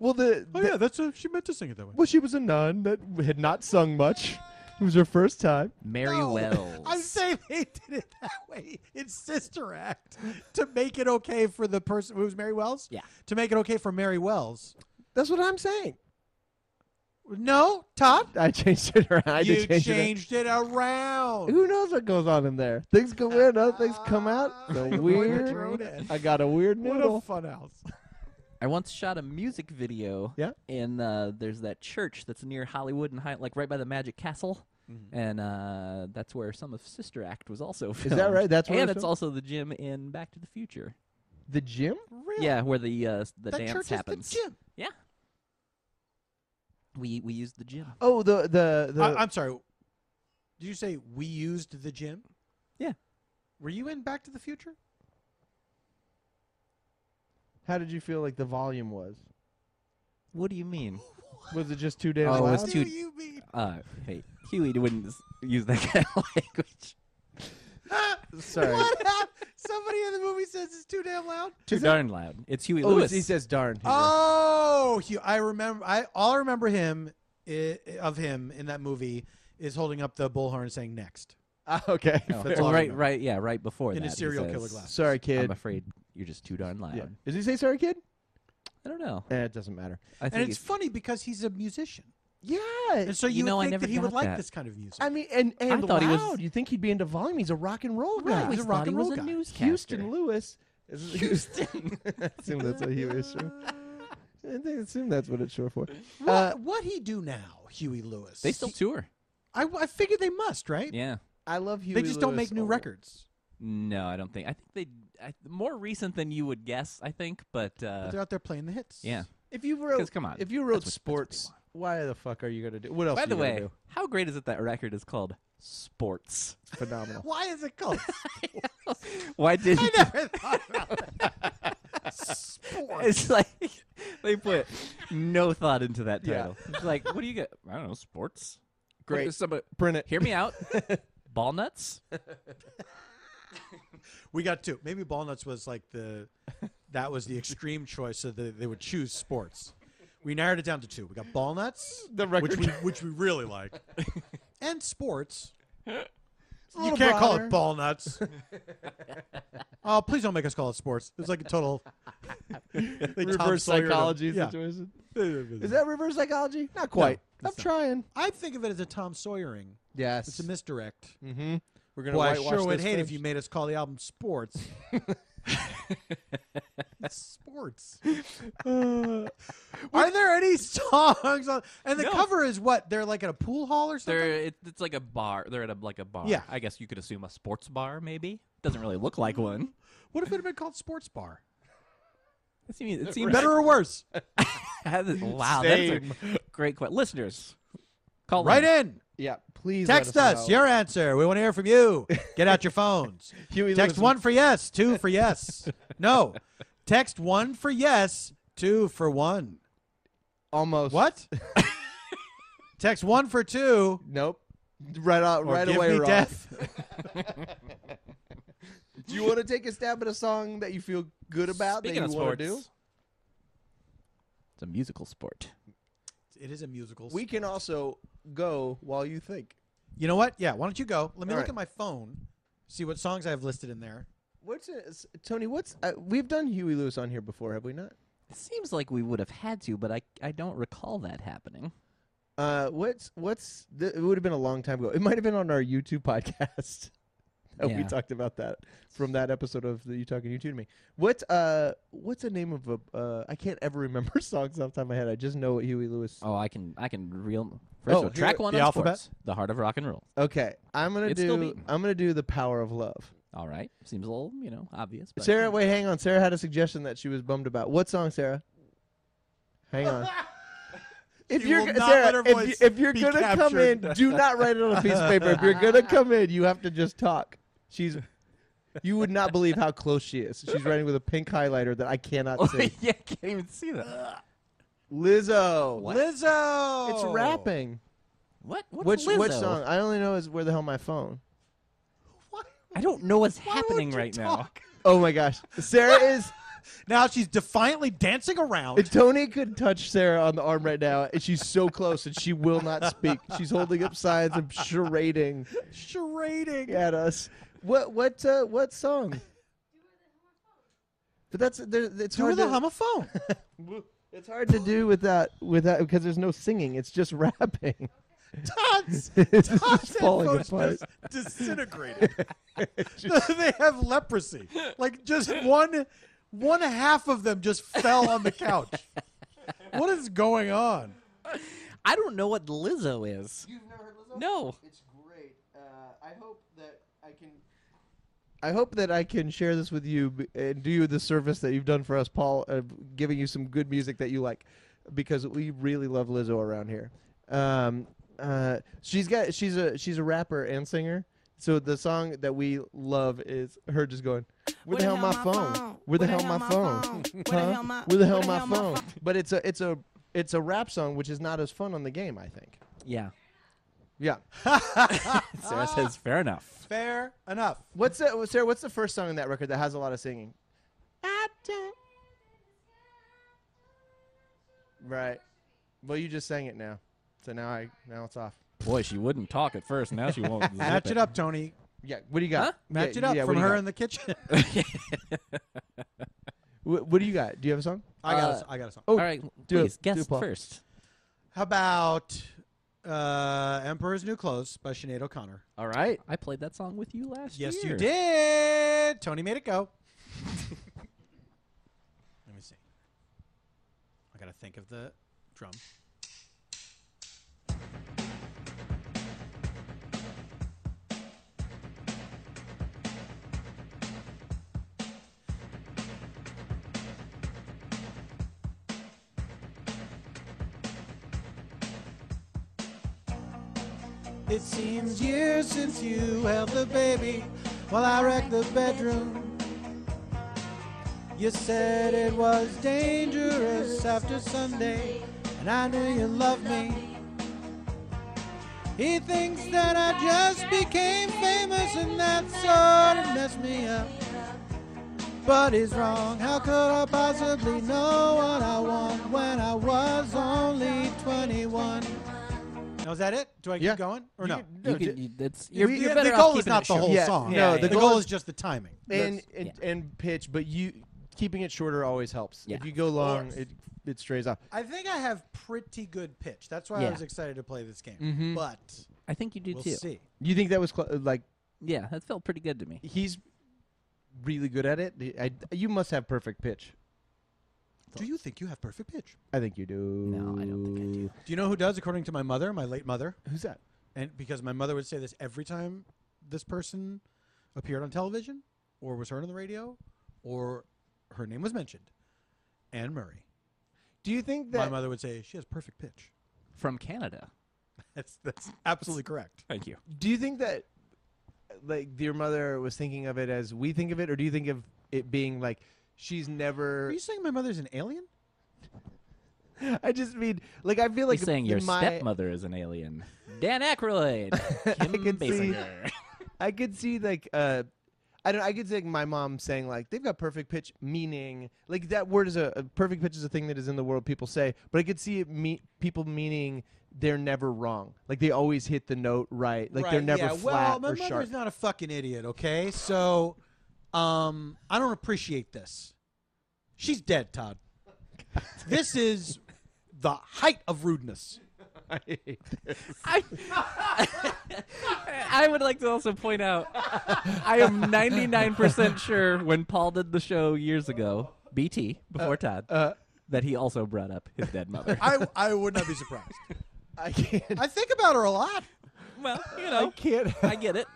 well, the,
Oh
the-
yeah, that's a, she meant to sing it that way.
well, she was a nun that had not sung much. It was her first time.
Mary
No,
Wells.
I'm saying they did it that way in Sister Act to make it okay for the person who was Mary Wells.
Yeah.
To make it okay for Mary Wells.
That's what I'm saying.
No, Todd.
I changed it around. I
you
did change
changed it, around.
it. Who knows what goes on in there? Things go in, other things come out.
Ah,
The
you
weird.
thrown it.
I got a weird
What a
noodle.
fun house.
I once shot a music video.
Yeah?
And uh, there's that church that's near Hollywood and High, like right by the Magic Castle. And uh, that's where some of Sister Act was also filmed.
that right? That's where
and
it was
it's
filmed?
also the gym in Back to the Future.
the gym?
Really?
Yeah, where the uh, s- the
That
dance
church
happens.
is the gym.
Yeah. We we used the gym.
Oh, the the the.
I, am sorry. Did you say we used the gym?
Yeah.
Were you in Back to the Future?
how did you feel like the volume was?
What do you mean?
Was it just too damn
Oh, it
loud?
was too-
do you mean?
Uh, hey, Huey wouldn't s- use that kind of language.
Sorry.
What happened? Somebody in the movie says it's too damn loud.
Too darn loud. It's Huey
Oh,
Lewis.
he says darn.
Oh, he, I remember. I all I remember him i- of him in that movie is holding up the bullhorn saying "next."
Ah, okay.
No,
That's all I
right,
remember.
right, yeah, right before
In
that.
his
he
serial
says,
killer glasses.
Sorry, kid.
I'm afraid you're just too darn loud.
Yeah. Does he say sorry, kid?
I don't know.
Eh, it doesn't matter.
I
And
think
it's funny because he's a musician,
Yeah.
and so
You
you, would
know, I
think
never
that he would
got
like
that. Uh,
this kind of music.
I mean, and and
thought he was-
loud. You think he'd be into volume? He's a rock and roll
I
guy.
always
He's a
thought
rock
he
and roll
was a
guy.
newscaster.
Houston Lewis. Is it Houston. I assume that's what he was. short- I think- assume that's what it's short for.
what,
uh,
what he do now, Huey Lewis?
They still tour.
I, I figured they must, right?
Yeah.
I love Huey.
They just don't
Lewis
make new
a lot.
records.
No, I don't think. I think they I, more recent than you would guess. I think, but
But
uh,
they're out there playing the hits.
yeah.
If you
'Cause
wrote,
come on,
if you
that's
wrote
what- that's what they
sports, why the fuck are you gonna do? What else?
By
are
the
you gonna
way,
do?
how great is it that record is called Sports?
phenomenal.
Why is it called?
Why did
I never thought about that. Sports.
It's like they put no thought into that
Yeah.
title. It's like, what do you get? I don't know, sports. What
Great.
is Somebody,
Print it.
hear me out. Ball nuts.
We got two. Maybe Ballnuts was like the that was the extreme choice, so that they would choose sports. We narrowed it down to two. We got Ballnuts,
The
which
record.
we which we really like, and sports.
a
You
little
can't call it
broader.
Ballnuts. oh, please don't make us call it sports. It's like a total they Tom
reverse
Sawyered it.
psychology
Yeah.
situation. Is that reverse psychology? Not quite. I'm
it's not.
trying.
I think of it as a Tom Sawyering.
Yes.
It's a misdirect.
mm-hmm. We're gonna
Boy, I
whitewash
sure would
this
hate if
first.
you made us call the album Sports. It's sports. Are there any songs on? And the
No.
cover is what? They're like at a pool hall or something.
They're it, it's like a bar. They're at a like a bar.
Yeah.
I guess you could assume a sports bar. Maybe doesn't really look like one.
What if it had been called Sports Bar?
It seems, it seems
Better or worse?
wow,
Same.
that's a great question. Listeners, call
Right
in.
in.
Yeah, please let
Text us
know.
your answer. We want to hear from you. Get out your phones.
Huey
Text
Lewis-
one for yes, two for yes. No. Text one for yes, two for one.
Almost.
What? Text one for two,
Nope. right out,
Or
right
give
away.
me
Rob.
death.
Do you want to take a stab at a song that you feel good about
Speaking
that
of
you want to do?
sports, it's a musical sport.
It is a musical.
We can also go while you think.
You know what? Yeah. Why don't you go? Let me
All
look
right.
at my phone, see what songs I have listed in there.
What's it, s- Tony? What's uh, we've done Huey Lewis on here before, have we not?
It seems like we would have had to, but I I don't recall that happening.
Uh, what's what's th- it would have been a long time ago. It might have been on our YouTube podcast. that We
Yeah.
talked about that from that episode of the You Talking You Two to Me. What uh, what's the name of a? Uh, I can't ever remember songs off the top of my head. I just know what Huey Lewis.
Oh, I can I can real first
Oh,
of all, track one
the
on
alphabet?
sports, the heart of rock and roll.
Okay, I'm gonna
It's still
do.
beaten.
I'm gonna do the Power of Love.
All right, seems a little you know obvious. But
Sarah, wait, hang on. Sarah had a suggestion that she was bummed about. What song, Sarah? Hang on. If
She
you're
will
g-
not let
Sarah,
her
if, you,
voice
if you're
be
gonna come in,
captured.
do not write it on a piece of paper. If you're gonna come in, you have to just talk. She's, you would not believe how close she is. She's writing with a pink highlighter that I cannot see.
yeah, I can't even see that.
Lizzo,
Lizzo.
it's rapping.
What? What's
Which
Lizzo?
which song? I only know is where the hell my phone.
What?
I don't know what's
Why won't
happening
you
right
talk?
Oh my gosh, Sarah is.
Now she's defiantly dancing around.
If Tony could touch Sarah on the arm right now, and she's so close and she will not speak. She's holding up signs and charading
charading.
at us. What what uh, what song? But that's there, it's
Do
hard
the
to,
homophone.
it's hard to do without without because there's no singing. It's just rapping.
Tots.
It's just
Tots and
falling
Coach
apart.
just disintegrated. they have leprosy. Like just one, one half of them just fell on the couch. what is going on?
now. I don't know what Lizzo is.
You've never heard Lizzo?
No.
It's great. Uh, I hope that I can. I hope that I can share this with you b- and do you the service that you've done for us, Paul, of giving you some good music that you like, because we really love Lizzo around here. Um, uh, she's got she's a she's a rapper and singer. So the song that we love is her just going, "Where the hell my phone? Where the hell my phone? Huh? Where the hell my phone?" But it's a it's a it's a rap song, which is not as fun on the game, I think.
Yeah.
Yeah.
Sarah says fair enough.
Fair enough.
What's the, Sarah? What's the first song in that record that has a lot of singing? Right. Well, you just sang it now, so now I now it's off.
Boy, she wouldn't talk at first. Now she won't. zip
Match it up, Tony.
Yeah. What do you got?
Huh?
Match
Yeah,
it up
yeah, what do
from
you
her
got?
in the kitchen.
Wh- what do you got? Do you have a song? Oh,
I got.
Uh,
a, I got a song.
All right,
do it.
please
Do
guess
it, Paul.
first.
How about uh, "Emperor's New Clothes" by Sinead O'Connor?
All right, I played that song with you last year.
Yes, you did. Tony made it go. Let me see. I gotta think of the drum. It seems years since you held the baby while I wrecked the bedroom. You said it was dangerous after Sunday, and I knew you loved me. He thinks that I just became famous, and that sort of messed me up. But he's wrong. How could I possibly know what I want when I was only 21? Now, is that it? Do I keep
Yeah.
going or
You
no?
can-
You
no,
can,
ju-
you, that's, you're,
we-
Yeah,
you're better
the
off
goal is
keeping
not
it
the whole
short.
song.
Yeah,
no,
yeah,
the
yeah.
goal is just the timing.
and
That's-
and,
yeah.
and pitch, but you keeping it shorter always helps.
Yeah.
If you go long, it it strays off.
I think I have pretty good pitch. That's why I
Yeah.
was excited to play this game.
Mhm.
But
I think you do
we'll
too.
see.
You think that was cl- like
Yeah, that felt pretty good to me.
he's really good at it? I, you must have perfect pitch.
Do you think you have perfect pitch?
I think you do.
No, I don't think I do.
Do you know who does? According to my mother, my late mother,
Who's that?
and because my mother would say this every time this person appeared on television, or was heard on the radio, or her name was mentioned, Anne Murray.
Do you think
My
that
mother would say she has perfect pitch.
From Canada.
That's that's absolutely correct.
Thank you.
Do you think that, like, your mother was thinking of it as we think of it, or do you think of it being like she's
Are
never?
you saying my mother's an alien?
I just mean, like, I feel like
He's saying
in
your
my,
stepmother is an alien. Dan Aykroyd, Kim
can see-
Basinger.
I could see like uh I don't I could see like my mom saying like they've got perfect pitch meaning like that word is a, a perfect pitch is a thing that is in the world people say but I could see it me people meaning they're never wrong like they always hit the note right like they're
Right,
never
yeah.
flat
well, my
or
mother's
sharp
not a fucking idiot, okay? So, um, I don't appreciate this. She's dead, Todd. this is the height of rudeness.
I, I would like to also point out I am 99% sure when Paul did the show years ago, BT, before
Uh,
Todd, that he also brought up his dead mother.
I, I would not be surprised.
I can't
I think about her a lot.
well, you know,
can't
I get it.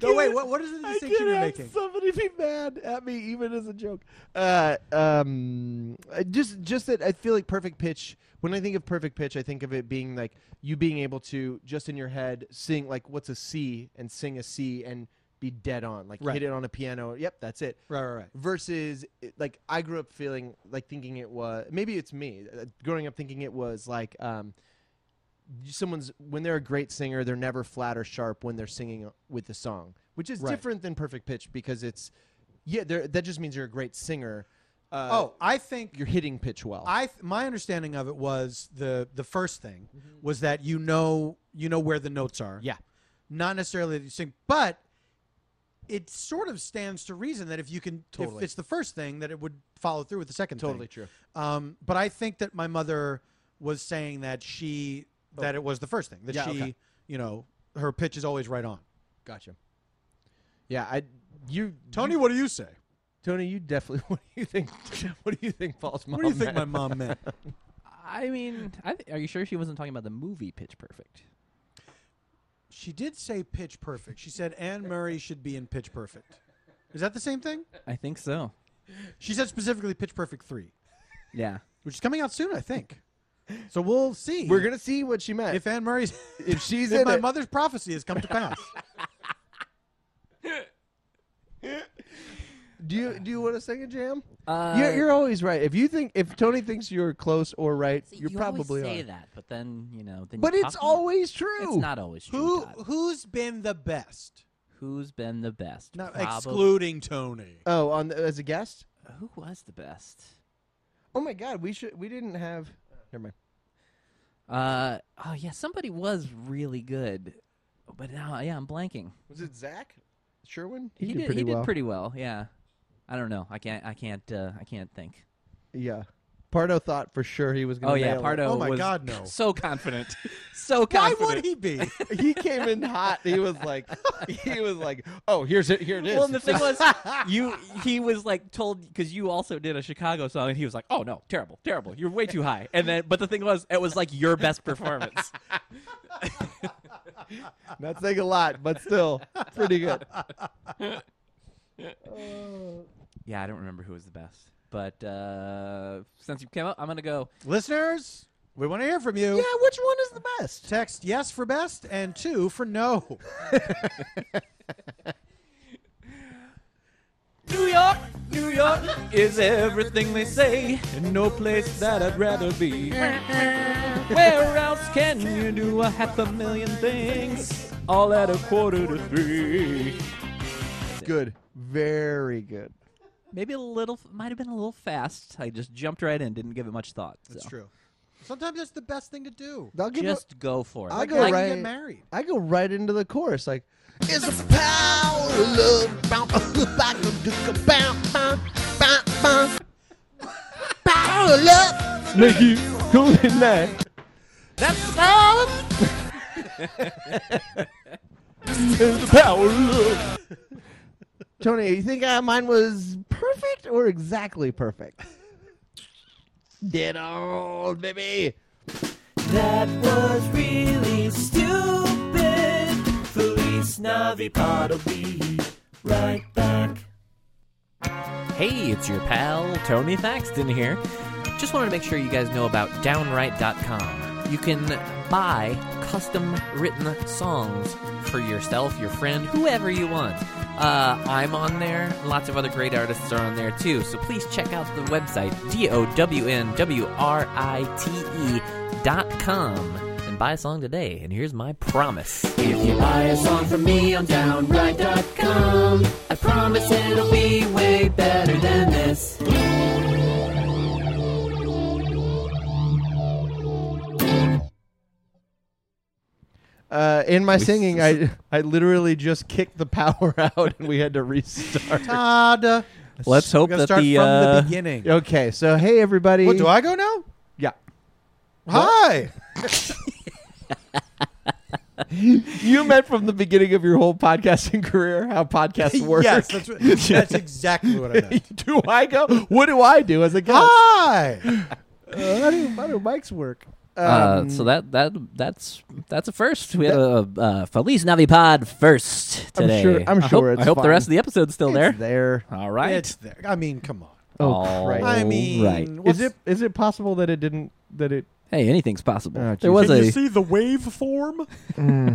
No, wait, what, what is the
I
distinction
can't
you're
have
making?
somebody be mad at me even as a joke. Uh, um, I just just that I feel like perfect pitch. When I think of perfect pitch, I think of it being like you being able to just in your head sing like what's a C and sing a C and be dead on like
Right.
hit it on a piano. Yep, that's it.
Right, right, right.
Versus it- like I grew up feeling like thinking it was maybe it's me uh, growing up thinking it was like um, someone's when they're a great singer, they're never flat or sharp when they're singing uh, with the song, which is
Right.
different than perfect pitch because it's yeah, there- that just means you're a great singer. Uh,
Oh, I think
you're hitting pitch well.
I th- my understanding of it was the the first thing
Mm-hmm.
was that you know you know where the notes are.
Yeah.
Not necessarily that you sing, but it sort of stands to reason that if you can if
Totally.
it's the first thing that it would follow through with the second
totally
thing.
true.
Um but I think that my mother was saying that she that it was the first thing that
Oh. Yeah,
she,
okay.
you know, her pitch is always right on.
Gotcha. Yeah, I you
Tony, what do you say?
Tony, you definitely. What do you think? What do you think, Paul's mom?
What do you think my
meant?
mom meant?
I mean, I th- are you sure she wasn't talking about the movie Pitch Perfect?
She did say pitch perfect. She said Anne Murray should be in pitch perfect. Is that the same thing?
I think so.
She said specifically Pitch Perfect 3,
Yeah.
which is coming out soon, I think. So we'll see
We're gonna see what she meant.
if Anne Murray's
if she's
if
in
my
it.
mother's prophecy has come to pass.
do you do you want to sing a jam?
Uh,
you're, you're always right. If you think if Tony thinks you're close or right, you're probably
say
on.
that, but then you know. Then
But
you
it's
talk-
always true.
It's not always true.
Who
Todd.
who's been the best?
Who's been the best?
Not
Probab-
excluding Tony.
Oh, on the, as a guest.
Who was the best?
Oh my God, we should. We didn't have. Never mind.
Uh oh yeah, somebody was really good, but now yeah, I'm blanking.
Was it Zach Sherwin?
He, did, he did pretty well. Yeah, I don't know. I can't. I can't. Uh, I can't think.
Yeah. Pardo thought for sure he was going to.
Oh yeah, Pardo.
Oh my
was
God, no.
So confident. So
Why
confident.
would he be?
he came in hot. He was like, he was like, oh, here's it. Here it is.
Well, and the thing was, you he was like told because you also did a Chicago song, and he was like, "Oh no, terrible, terrible! You're way too high." And then, but the thing was, it was like your best performance.
Not saying a lot, but still pretty good.
yeah, I don't remember who was the best, but uh, since you came up, I'm gonna go.
Listeners, we want to hear from you.
Yeah, which one is the best?
Text yes for best and two for no.
New York, New York is everything they say, and no place that I'd rather be. Where else can you do a half a million things? All at a quarter to three.
Good. Very good.
Maybe a little, might have been a little fast. I just jumped right in, didn't give it much thought.
That's
so.
true. Sometimes that's the best thing to do.
I'll give
Just go for it.
I'll go
Like
right-
get married.
a, I go right into the chorus. Like,
It's the power of love. Bounce, bounce, bounce, bounce, bounce, bounce. Power of love.
make you cool at night.
That's the power.
Tony, you think uh, mine was perfect or exactly perfect?
Dead on, baby.
That was really stupid. Feliz Navi Pod'll be right back.
Hey, it's your pal, Tony Thaxton here. Just wanted to make sure you guys know about downright.com. You can buy custom written songs for yourself, your friend, whoever you want. Uh, I'm on there. Lots of other great artists are on there too. So please check out the website d o w n w r i t e dot com and buy a song today. And here's my promise.
If you buy a song from me on downright.com, I promise it'll be way better than this.
Uh, in my
We-
singing, I I literally just kicked the power out and we had to restart.
Ta-da.
Let's
uh, We're
hope
gonna
that
start
the,
from
uh,
the beginning.
Okay, so hey everybody.
What do I go now?
Yeah.
Hi.
You meant from the beginning of your whole podcasting career how podcasts work.
Yes, that's, what- that's exactly what I meant.
do I go? What do I do as a guest?
Ah! Hi.
Uh, how, do, how do mics work?
Uh,
Um,
so that that that's that's a first. We had a, a Feliz Navipod first
I'm
today.
sure- I'm
I
sure
hope,
it's
I hope the
fine.
rest of the episode's still
it's
there.
there.
All right.
It's there. I mean, come on.
Oh, Christ.
I
All
mean,
right.
what's-
Is it is it possible that it didn't that it
Hey, anything's possible.
Oh,
there
jeez.
was a.
the waveform? Hmm.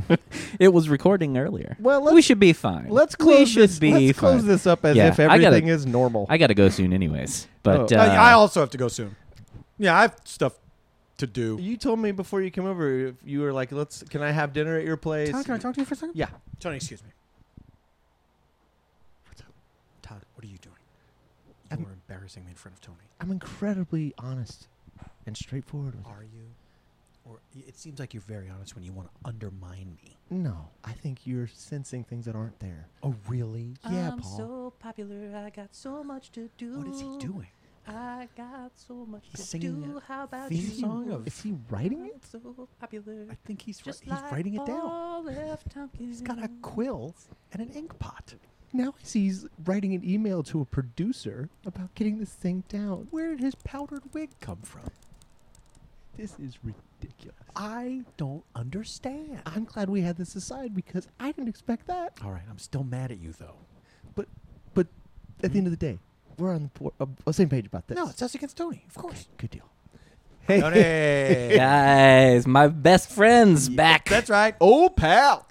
It was recording earlier.
Well,
we
let's-
should be fine.
Let's
We
close
should
this,
be
let's close
fine.
this up as
Yeah,
if
I gotta-
everything is normal.
I got to go soon, anyways. But
Oh.
uh,
I, I also have to go soon. Yeah, I have stuff to do.
you told me before you came over if you were like, "Let's can I have dinner at your place?"
Todd, can I talk to you for a second?
Yeah.
Tony, excuse me. What's up? Todd, what are you doing? You are embarrassing me in front of Tony.
I'm incredibly honest and straightforward. With
Are you? Or y- it seems like you're very honest when you want to undermine me.
you. No, I think you're sensing things that aren't there.
Oh, really?
Yeah, Paul.
So popular, I got so much to do.
What is he doing?
I got so much
He's
to
singing
do.
a
How about
theme
you?
song of.
Is he writing it?
I'm so popular.
I think he's ri-
Just
he's
like
writing it down.
Paul F. Tompkins.
He's got a quill and an ink pot.
Now I see he's writing an email to a producer about getting this thing down.
Where did his powdered wig come from?
This is ridiculous.
I don't understand.
I'm glad we had this aside because I didn't expect that.
All right, I'm still mad at you though.
But, but at the end of the day, we're on the por- uh, uh, same page about this.
No, it's us against Tony, of course.
good deal.
Tony.
guys, my best friends back.
That's right.
Oh, pal,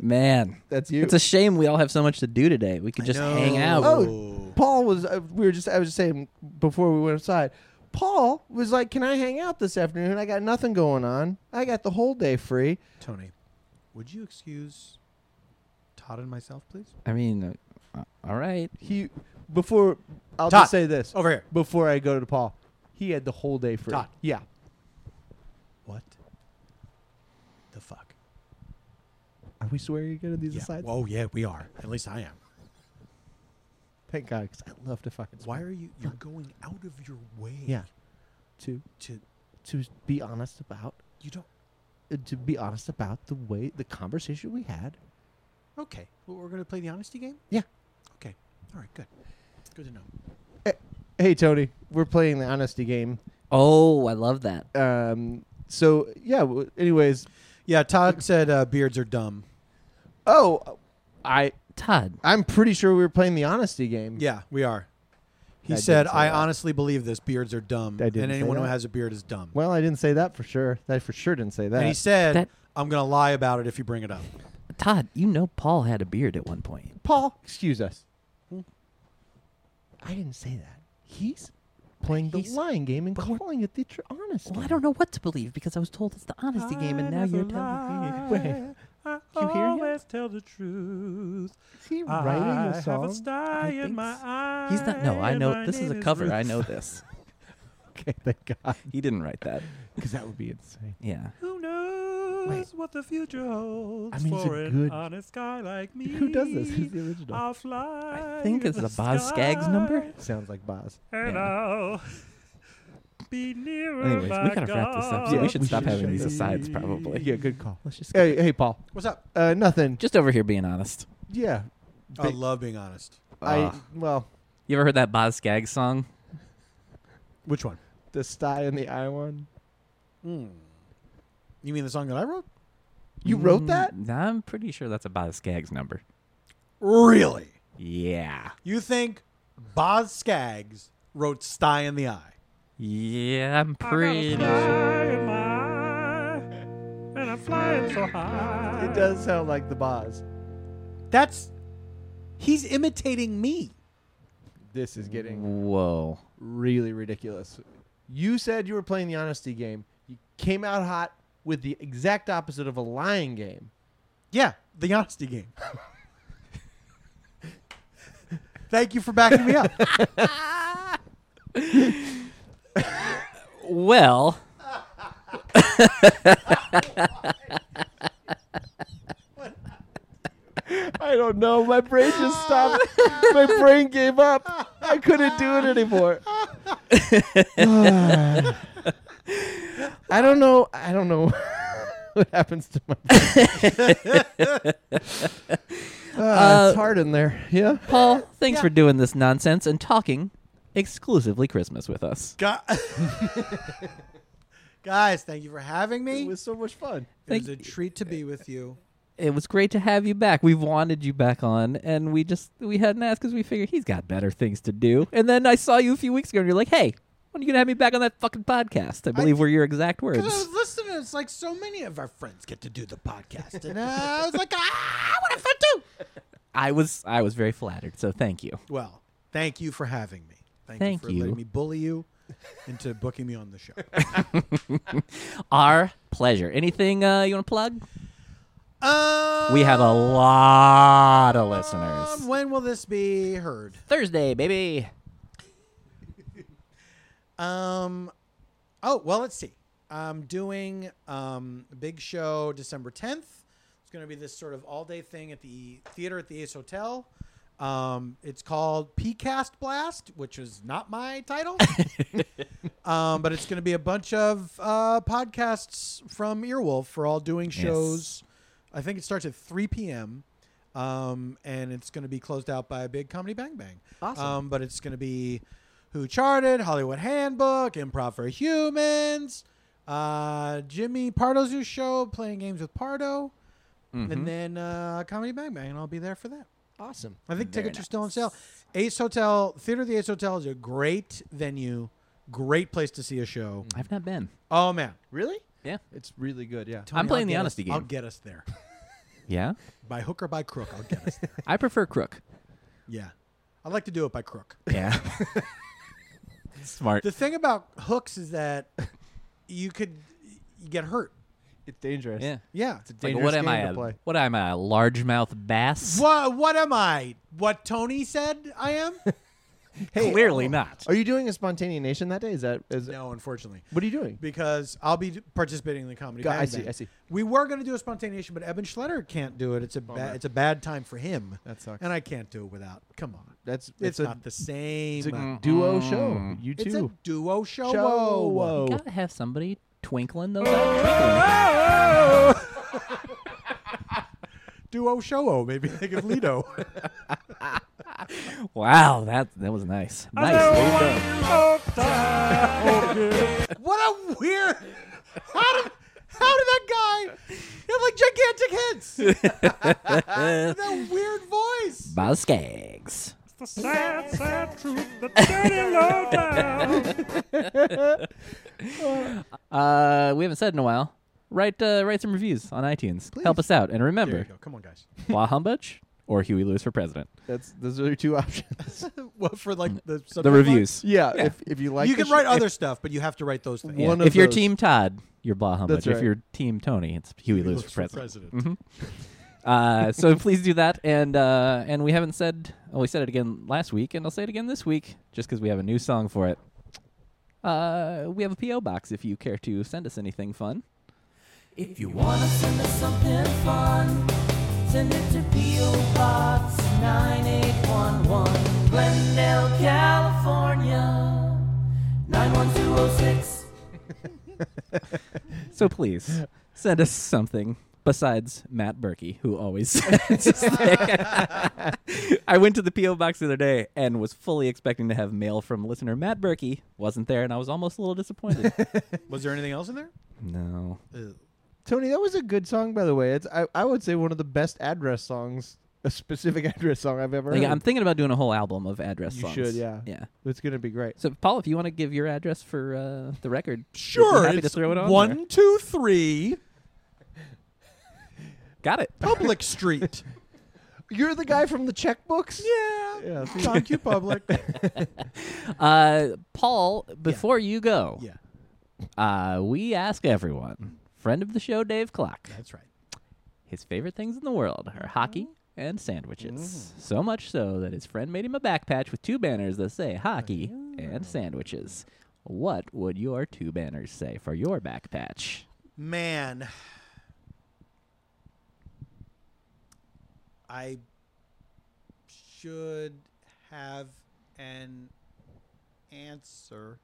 Man,
that's you.
it's a shame we all have so much to do today. We could just hang out.
Oh, Paul was. Uh, we were just. I was just saying before we went outside. Paul was like, "Can I hang out this afternoon? I got nothing going on. I got the whole day free."
Tony, would you excuse Todd and myself, please?
I mean, uh, all right.
He before. I'll
Todd,
just say this
Over here.
before I go to Paul. He had the whole day free.
Todd.
Yeah.
What the fuck?
Are we swearing again on these
Yeah.
asides?
Oh yeah, we are. At least I am.
Thank God, because I love to fucking. Swear.
Why are you? You're going out of your way.
Yeah. To
To
to be honest about
you don't.
uh, to be honest about the way the conversation we had.
Okay. Well, we're gonna play the honesty game.
Yeah.
Okay. All right. Good. Good to know.
Hey Tony, we're playing the honesty game.
Oh, I love that.
Um. So yeah. W- anyways.
Yeah. Todd said uh, beards are dumb.
Oh, I
Todd,
I'm pretty sure we were playing the honesty game.
Yeah, we are. He
I
said,
didn't say
"I
that.
honestly believe this. Beards are dumb,
I didn't
and
say
anyone who
that.
has a beard is dumb."
Well, I didn't say that for sure. I for sure didn't say
and he
that.
said,
that-
"I'm going to lie about it if you bring it up."
Todd, you know Paul had a beard at one point.
Paul, excuse us. I didn't say that. He's playing the
He's-
lying game and
but we're-
calling it the tr- honest.
Well, I
game.
don't know what to believe because I was told it's the honesty game, and now you're telling me.
Wait,
I
You hear him?
always tell the truth.
is he
I
writing a
have a
song?
star
I
in
think
my
so.
eye.
He's not. No, I
and
know
my
this is a
name
cover. I
Ruth.
know this.
Okay, thank God,
He didn't write that.
because that would be insane.
Yeah.
Who knows
Wait.
what the future holds
I mean, it's a
for an
good-
honest guy like me?
Who does this? Who's the original?
I'll fly.
I think
in
it's
the
the Boz Scaggs
sky,
number.
Sounds like Boz.
And
Yeah.
I'll be nearer.
Anyways,
my
we gotta wrap this up. So
God.
we should
we
stop
should
having
shut
these
it down.
asides, probably.
Yeah, good call.
Let's just
Hey, hey, Paul.
What's up?
Uh, nothing.
just over here being honest.
Yeah.
I
Big- uh,
love being honest.
I
Ah.
well,
You ever heard that Boz Scaggs song?
Which one?
the sty and the eye one.
Hmm. You mean the song that I wrote?
You wrote that?
Mm, I'm pretty sure that's a Boz Scaggs number.
Really?
Yeah.
You think Boz Scaggs wrote "Sty in the Eye"?
Yeah, I'm
I got a
pretty sure.
star in my eye, and I'm flying so high.
It does sound like the Boz.
That's He's imitating me.
This is getting
Whoa.
really ridiculous. You said you were playing the honesty game. You came out hot with the exact opposite of a lying game.
Yeah, the honesty game. Thank you for backing me up.
Well,
I don't know. My brain just stopped. My brain gave up. I couldn't do it anymore. I don't know. I don't know what happens to my. Brain. Ah,
Uh,
it's hard in there. Yeah.
Paul, thanks for doing this nonsense and talking exclusively Christmas with us.
Gu- Guys, thank you for having me.
It was so much fun.
It was a treat to be with you.
It was great to have you back. We've wanted you back on, and we just we hadn't asked because we figured he's got better things to do. And then I saw you a few weeks ago, and you're like, "Hey, when are you gonna have me back on that fucking podcast?" I believe were your exact words.
Because I was listening, it's like so many of our friends get to do the podcast, and uh, I was like, ah, what a fun too.
I was I was very flattered, so thank you.
Well, thank you for having me. Thank,
Thank
you for
you.
letting me bully you into booking me on the show.
Our pleasure. Anything uh, you want to plug?
um,
We have a lot of listeners.
When will this be heard?
Um, Thursday, baby.
Um, oh well, let's see. I'm doing um a big show December 10th. It's going to be this sort of all day thing at the theater at the Ace Hotel. Um, it's called PCast Blast, which is not my title. um, but it's going to be a bunch of uh, podcasts from Earwolf for all doing shows. I think it starts at 3 p.m. Um, and it's going to be closed out by a big comedy bang bang. Awesome. Um, but it's going to be Who Charted, Hollywood Handbook, Improv for Humans, uh, Jimmy Pardo's new show, Playing Games with Pardo,
Mm-hmm.
and then uh, Comedy Bang Bang. And I'll be there for that.
Awesome.
I think tickets are still on sale. Ace Hotel, Theater of the Ace Hotel is a great venue, great place to see a show.
I've not been.
Oh, man.
Really?
Yeah.
It's really good. Yeah.
I'm playing the
get us-
honesty
I'll
game.
get us there.
Yeah.
By hook or by crook, I'll get us there.
I prefer crook.
Yeah. I'd like to do it by crook.
Yeah. Smart.
The thing about hooks is that you could you get hurt.
It's dangerous.
Yeah.
Yeah.
Like,
dangerous
what am
game
I?
to
a-
play.
What am I? A largemouth bass?
What what am I? What Tony said I am?
Clearly not.
Are you doing a spontaneous nation that day? Is that is?
no, unfortunately.
What are you doing?
Because I'll be participating in the comedy.
Got-
Bang
I see,
Bang.
I see.
We were going to do a spontaneation, but Eben Schletter can't do it. It's a ba- it's a bad time for him.
Oh, That sucks.
And I can't do it without. Come on,
That's
it's,
it's, a,
not the same.
it's a duo show. You
It's a
too.
duo show.
Show. Whoa.
Gotta have somebody twinkling those eyes.
Duo show. Oh, maybe think of Lido.
twinkling. Wow, that that was nice. Nice.
What a weird. How did how did that guy have like gigantic heads? that weird voice.
Boz Skaggs.
The sad, sad truth, the dirty lowdown.
Uh, we haven't said in a while. Write uh, write some reviews on iTunes. Help us out. And
There you
remember,
go. Come on, guys.
Wah Humbug or Huey Lewis for president.
That's those are your two options.
Well, for like the subject
The
line?
reviews.
yeah, If if you like,
you
the
can write
show-
other stuff, but you have to write those things.
Yeah.
One
If
of
you're
those.
team Todd, you're Blah Humbug.
That's
If
right.
you're team Tony, it's Huey Lewis for president.
president.
Uh, so please do that, and uh, and we haven't said. Well, we said it again last week, and I'll say it again this week, just because we have a new song for it. Uh, we have a PO box if you care to send us anything fun.
If you want to send us something fun, send it to P.O. Box 9811, Glendale, California 91206.
So please send us something besides Matt Berkey, who always sends us things. I went to the PO box the other day and was fully expecting to have mail from listener Matt Berkey. Wasn't there, and I was almost a little disappointed. Mm-hmm.
Was there anything else in there?
no,
Uh,
Tony, that was a good song, by the way. It's I, I would say one of the best address songs, a specific address song I've ever
like,
heard.
I'm thinking about doing a whole album of address
You
songs.
should, yeah.
yeah.
it's gonna be great.
So, Paul, if you want to give your address for uh, the record,
Sure.
happy to
it's
throw it on there.
One, two, three.
got it.
Public Street.
You're the guy from the checkbooks?
Yeah.
Yeah. see?
John Q. Public.
Uh, Paul, before you go,
yeah,
uh, we ask everyone, friend of the show, Dave Clock,
that's right.
his favorite things in the world are hockey and sandwiches. So much so that his friend made him a back patch with two banners that say hockey and sandwiches. What would your two banners say for your back patch?
Man. I should have an answer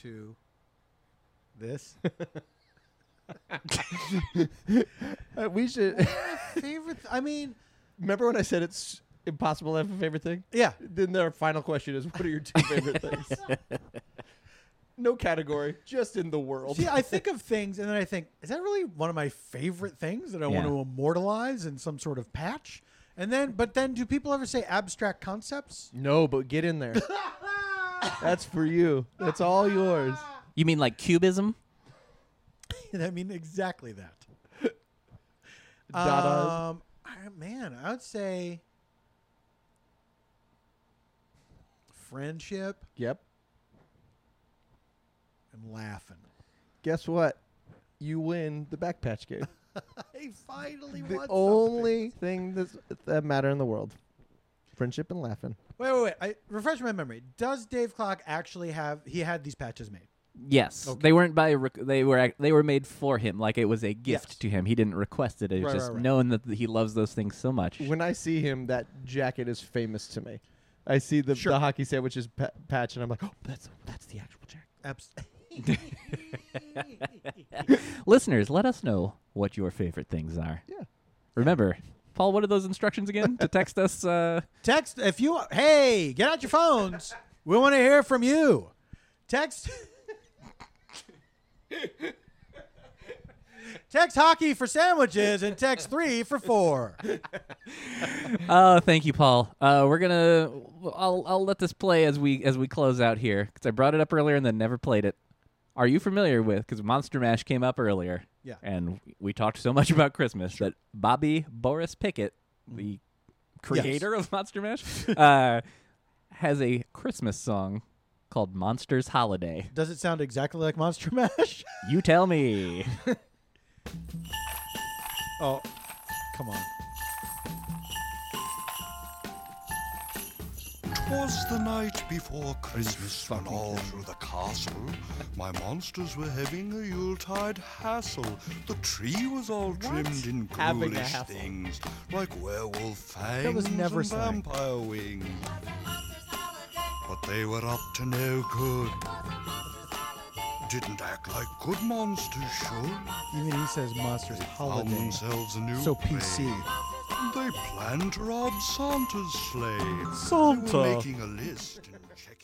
to this.
Uh, we should.
Favorite I mean,
Remember when I said it's impossible to have a favorite thing?
yeah.
Then their final question is, what are your two favorite things? no category, just in the world.
See, I think of things and then I think, is that really one of my favorite things that I want
Yeah.
to immortalize in some sort of patch? And then, but then do people ever say abstract concepts?
No, but get in there. That's for you. That's all yours.
You mean like cubism?
I mean, exactly that.
Uh, Dada.
Um, I, man, I would say friendship
Yep.
and laughing.
Guess what? You win the back patch game.
I finally
the
won
only thing that's, that matter in the world. Friendship and laughing.
something. Wait, wait, wait. I, refresh my memory. Does Dave Clock actually have? He had these patches made.
Yes,
Okay.
they weren't by req- they were ac- they were made for him, like it was a gift
Yes.
to him. He didn't request it. It was
Right,
just
right, right.
known that he loves those things so much.
When I see him, that jacket is famous to me. I see the, the hockey sandwiches pa- patch, and I'm like, oh, that's that's the actual jacket.
Abs-
Listeners, let us know what your favorite things are.
Yeah.
Remember, Paul, what are those instructions again? to text us. Uh,
Text if you. Hey, get out your phones. we want to hear from you. Text. text hockey for sandwiches and text three for four.
oh, thank you, Paul. Uh, we're gonna. I'll I'll let this play as we as we close out here because I brought it up earlier and then never played it. Are you familiar with because Monster Mash came up earlier?
Yeah.
And we talked so much about Christmas that Bobby Boris Pickett, the creator of Monster Mash, uh, has a Christmas song called "Monsters Holiday."
Does it sound exactly like Monster Mash?
You tell me.
oh, come on.
Was the night before Christmas when all through the castle my monsters were having a Yuletide hassle. The tree was all trimmed in
Having a
ghoulish
hassle.
things like werewolf fangs
was never
and
slang.
vampire wings. But they were up to no good. Didn't act like good monsters should.
Even he says Monsters
Found
Holiday.
themselves a new
So
prey.
PC.
They planned to rob Santa's sleigh. They were
Santa.
making a list and checking.